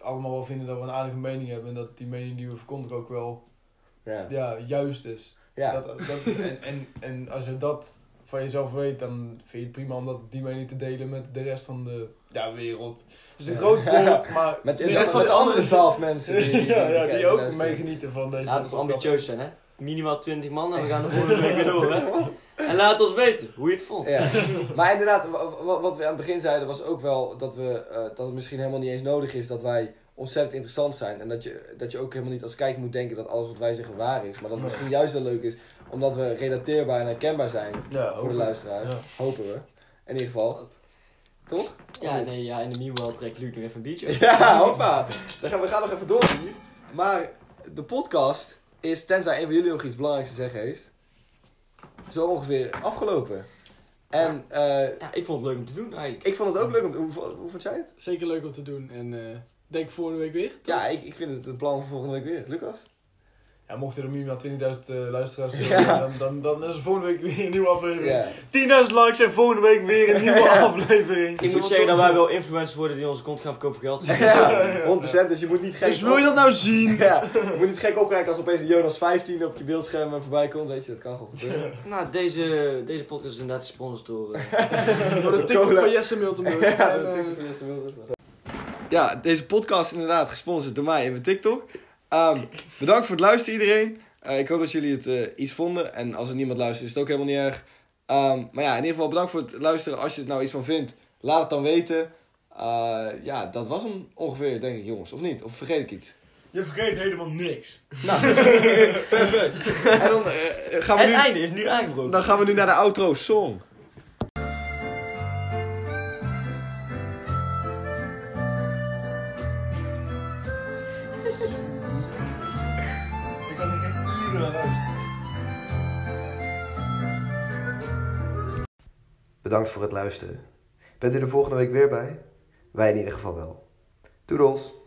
[SPEAKER 4] allemaal wel vinden dat we een aardige mening hebben. En dat die mening die we verkondigen ook wel
[SPEAKER 1] Ja.
[SPEAKER 4] ja, juist is.
[SPEAKER 1] Ja.
[SPEAKER 4] Dat, dat, en, en, en als je dat van jezelf weet, dan vind je het prima om dat, die mening te delen met de rest van de ja, wereld. Dus een
[SPEAKER 1] Ja.
[SPEAKER 4] groot woord, maar...
[SPEAKER 1] Met de
[SPEAKER 4] Ja,
[SPEAKER 1] rest van de andere twaalf mensen. Die, die-
[SPEAKER 4] ja, ja,
[SPEAKER 1] die
[SPEAKER 4] die ook
[SPEAKER 1] luisteren.
[SPEAKER 4] meegenieten van deze
[SPEAKER 2] Laten we
[SPEAKER 4] podcast.
[SPEAKER 2] ambitieus zijn, hè? Minimaal 20 man en we gaan de volgende week weer door, hè? En laat ons weten hoe je het vond.
[SPEAKER 1] Ja. Maar inderdaad, wa- wa- wat we aan het begin zeiden was ook wel dat, we, eh, dat het misschien helemaal niet eens nodig is dat wij ontzettend interessant zijn. En dat je, dat je ook helemaal niet als kijker moet denken dat alles wat wij zeggen waar is. Maar dat het misschien juist wel leuk is, omdat we relateerbaar en herkenbaar zijn
[SPEAKER 4] Ja,
[SPEAKER 1] voor de luisteraars.
[SPEAKER 4] Ja.
[SPEAKER 1] Hopen we. In ieder geval. Toch?
[SPEAKER 2] Ja, nee, ja, in de meanwhile trekt Luc nog even een biertje.
[SPEAKER 1] Ja, hoppa. Dan gaan, we gaan nog even door hier. Maar de podcast is, tenzij een van jullie nog iets belangrijks te zeggen heeft, zo ongeveer afgelopen. En eh,
[SPEAKER 2] Ja, ik vond het leuk om te doen eigenlijk.
[SPEAKER 1] ik vond het ook leuk om... Hoe, hoe vond jij het?
[SPEAKER 3] Zeker leuk om te doen. En eh denk volgende week weer.
[SPEAKER 1] Ja, ik, ik vind het een plan voor volgende week weer. Lucas?
[SPEAKER 4] Ja, mochten er minimaal 20.000 eh, luisteraars zijn,
[SPEAKER 1] Ja.
[SPEAKER 4] dan, dan, dan is er volgende week weer een nieuwe aflevering.
[SPEAKER 1] Ja.
[SPEAKER 7] 10.000 likes en volgende week weer een nieuwe aflevering.
[SPEAKER 2] Ik moet zeggen dat wij wel influencers worden die onze kont gaan verkopen voor geld.
[SPEAKER 1] Ja, 100%. Dus je moet niet gek...
[SPEAKER 3] Dus wil je dat nou zien?
[SPEAKER 1] Ja, je moet niet gek opkijken als opeens een Jonas 15 op je beeldscherm eh, voorbij komt. Weet je, dat kan gewoon gebeuren.
[SPEAKER 2] Nou, deze, deze podcast is inderdaad gesponsord door... eh,
[SPEAKER 3] Door Oh, de TikTok
[SPEAKER 1] Cola.
[SPEAKER 3] van Jesse Miltenburg.
[SPEAKER 1] Ja,
[SPEAKER 3] En,
[SPEAKER 1] dat
[SPEAKER 3] eh,
[SPEAKER 1] denk ik wel dat ze wilden. Ja, deze podcast is inderdaad gesponsord door mij en mijn TikTok. Ehm, bedankt voor het luisteren iedereen. Eh, ik hoop dat jullie het eh, iets vonden. En als er niemand luistert is het ook helemaal niet erg. Ehm, maar ja, in ieder geval bedankt voor het luisteren. Als je er nou iets van vindt, laat het dan weten. Eh, ja, dat was hem ongeveer, denk ik jongens. Of niet? Of vergeet ik iets? Nou,
[SPEAKER 7] Je vergeet helemaal niks.
[SPEAKER 1] En dan, eh, gaan we
[SPEAKER 2] Het
[SPEAKER 1] nu,
[SPEAKER 2] einde is nu aangebroken.
[SPEAKER 1] dan gaan we nu naar de outro song.
[SPEAKER 7] Ik kan er echt uren naar luisteren.
[SPEAKER 8] Bedankt voor het luisteren. Bent u er volgende week weer bij? Wij in ieder geval wel. Doedels!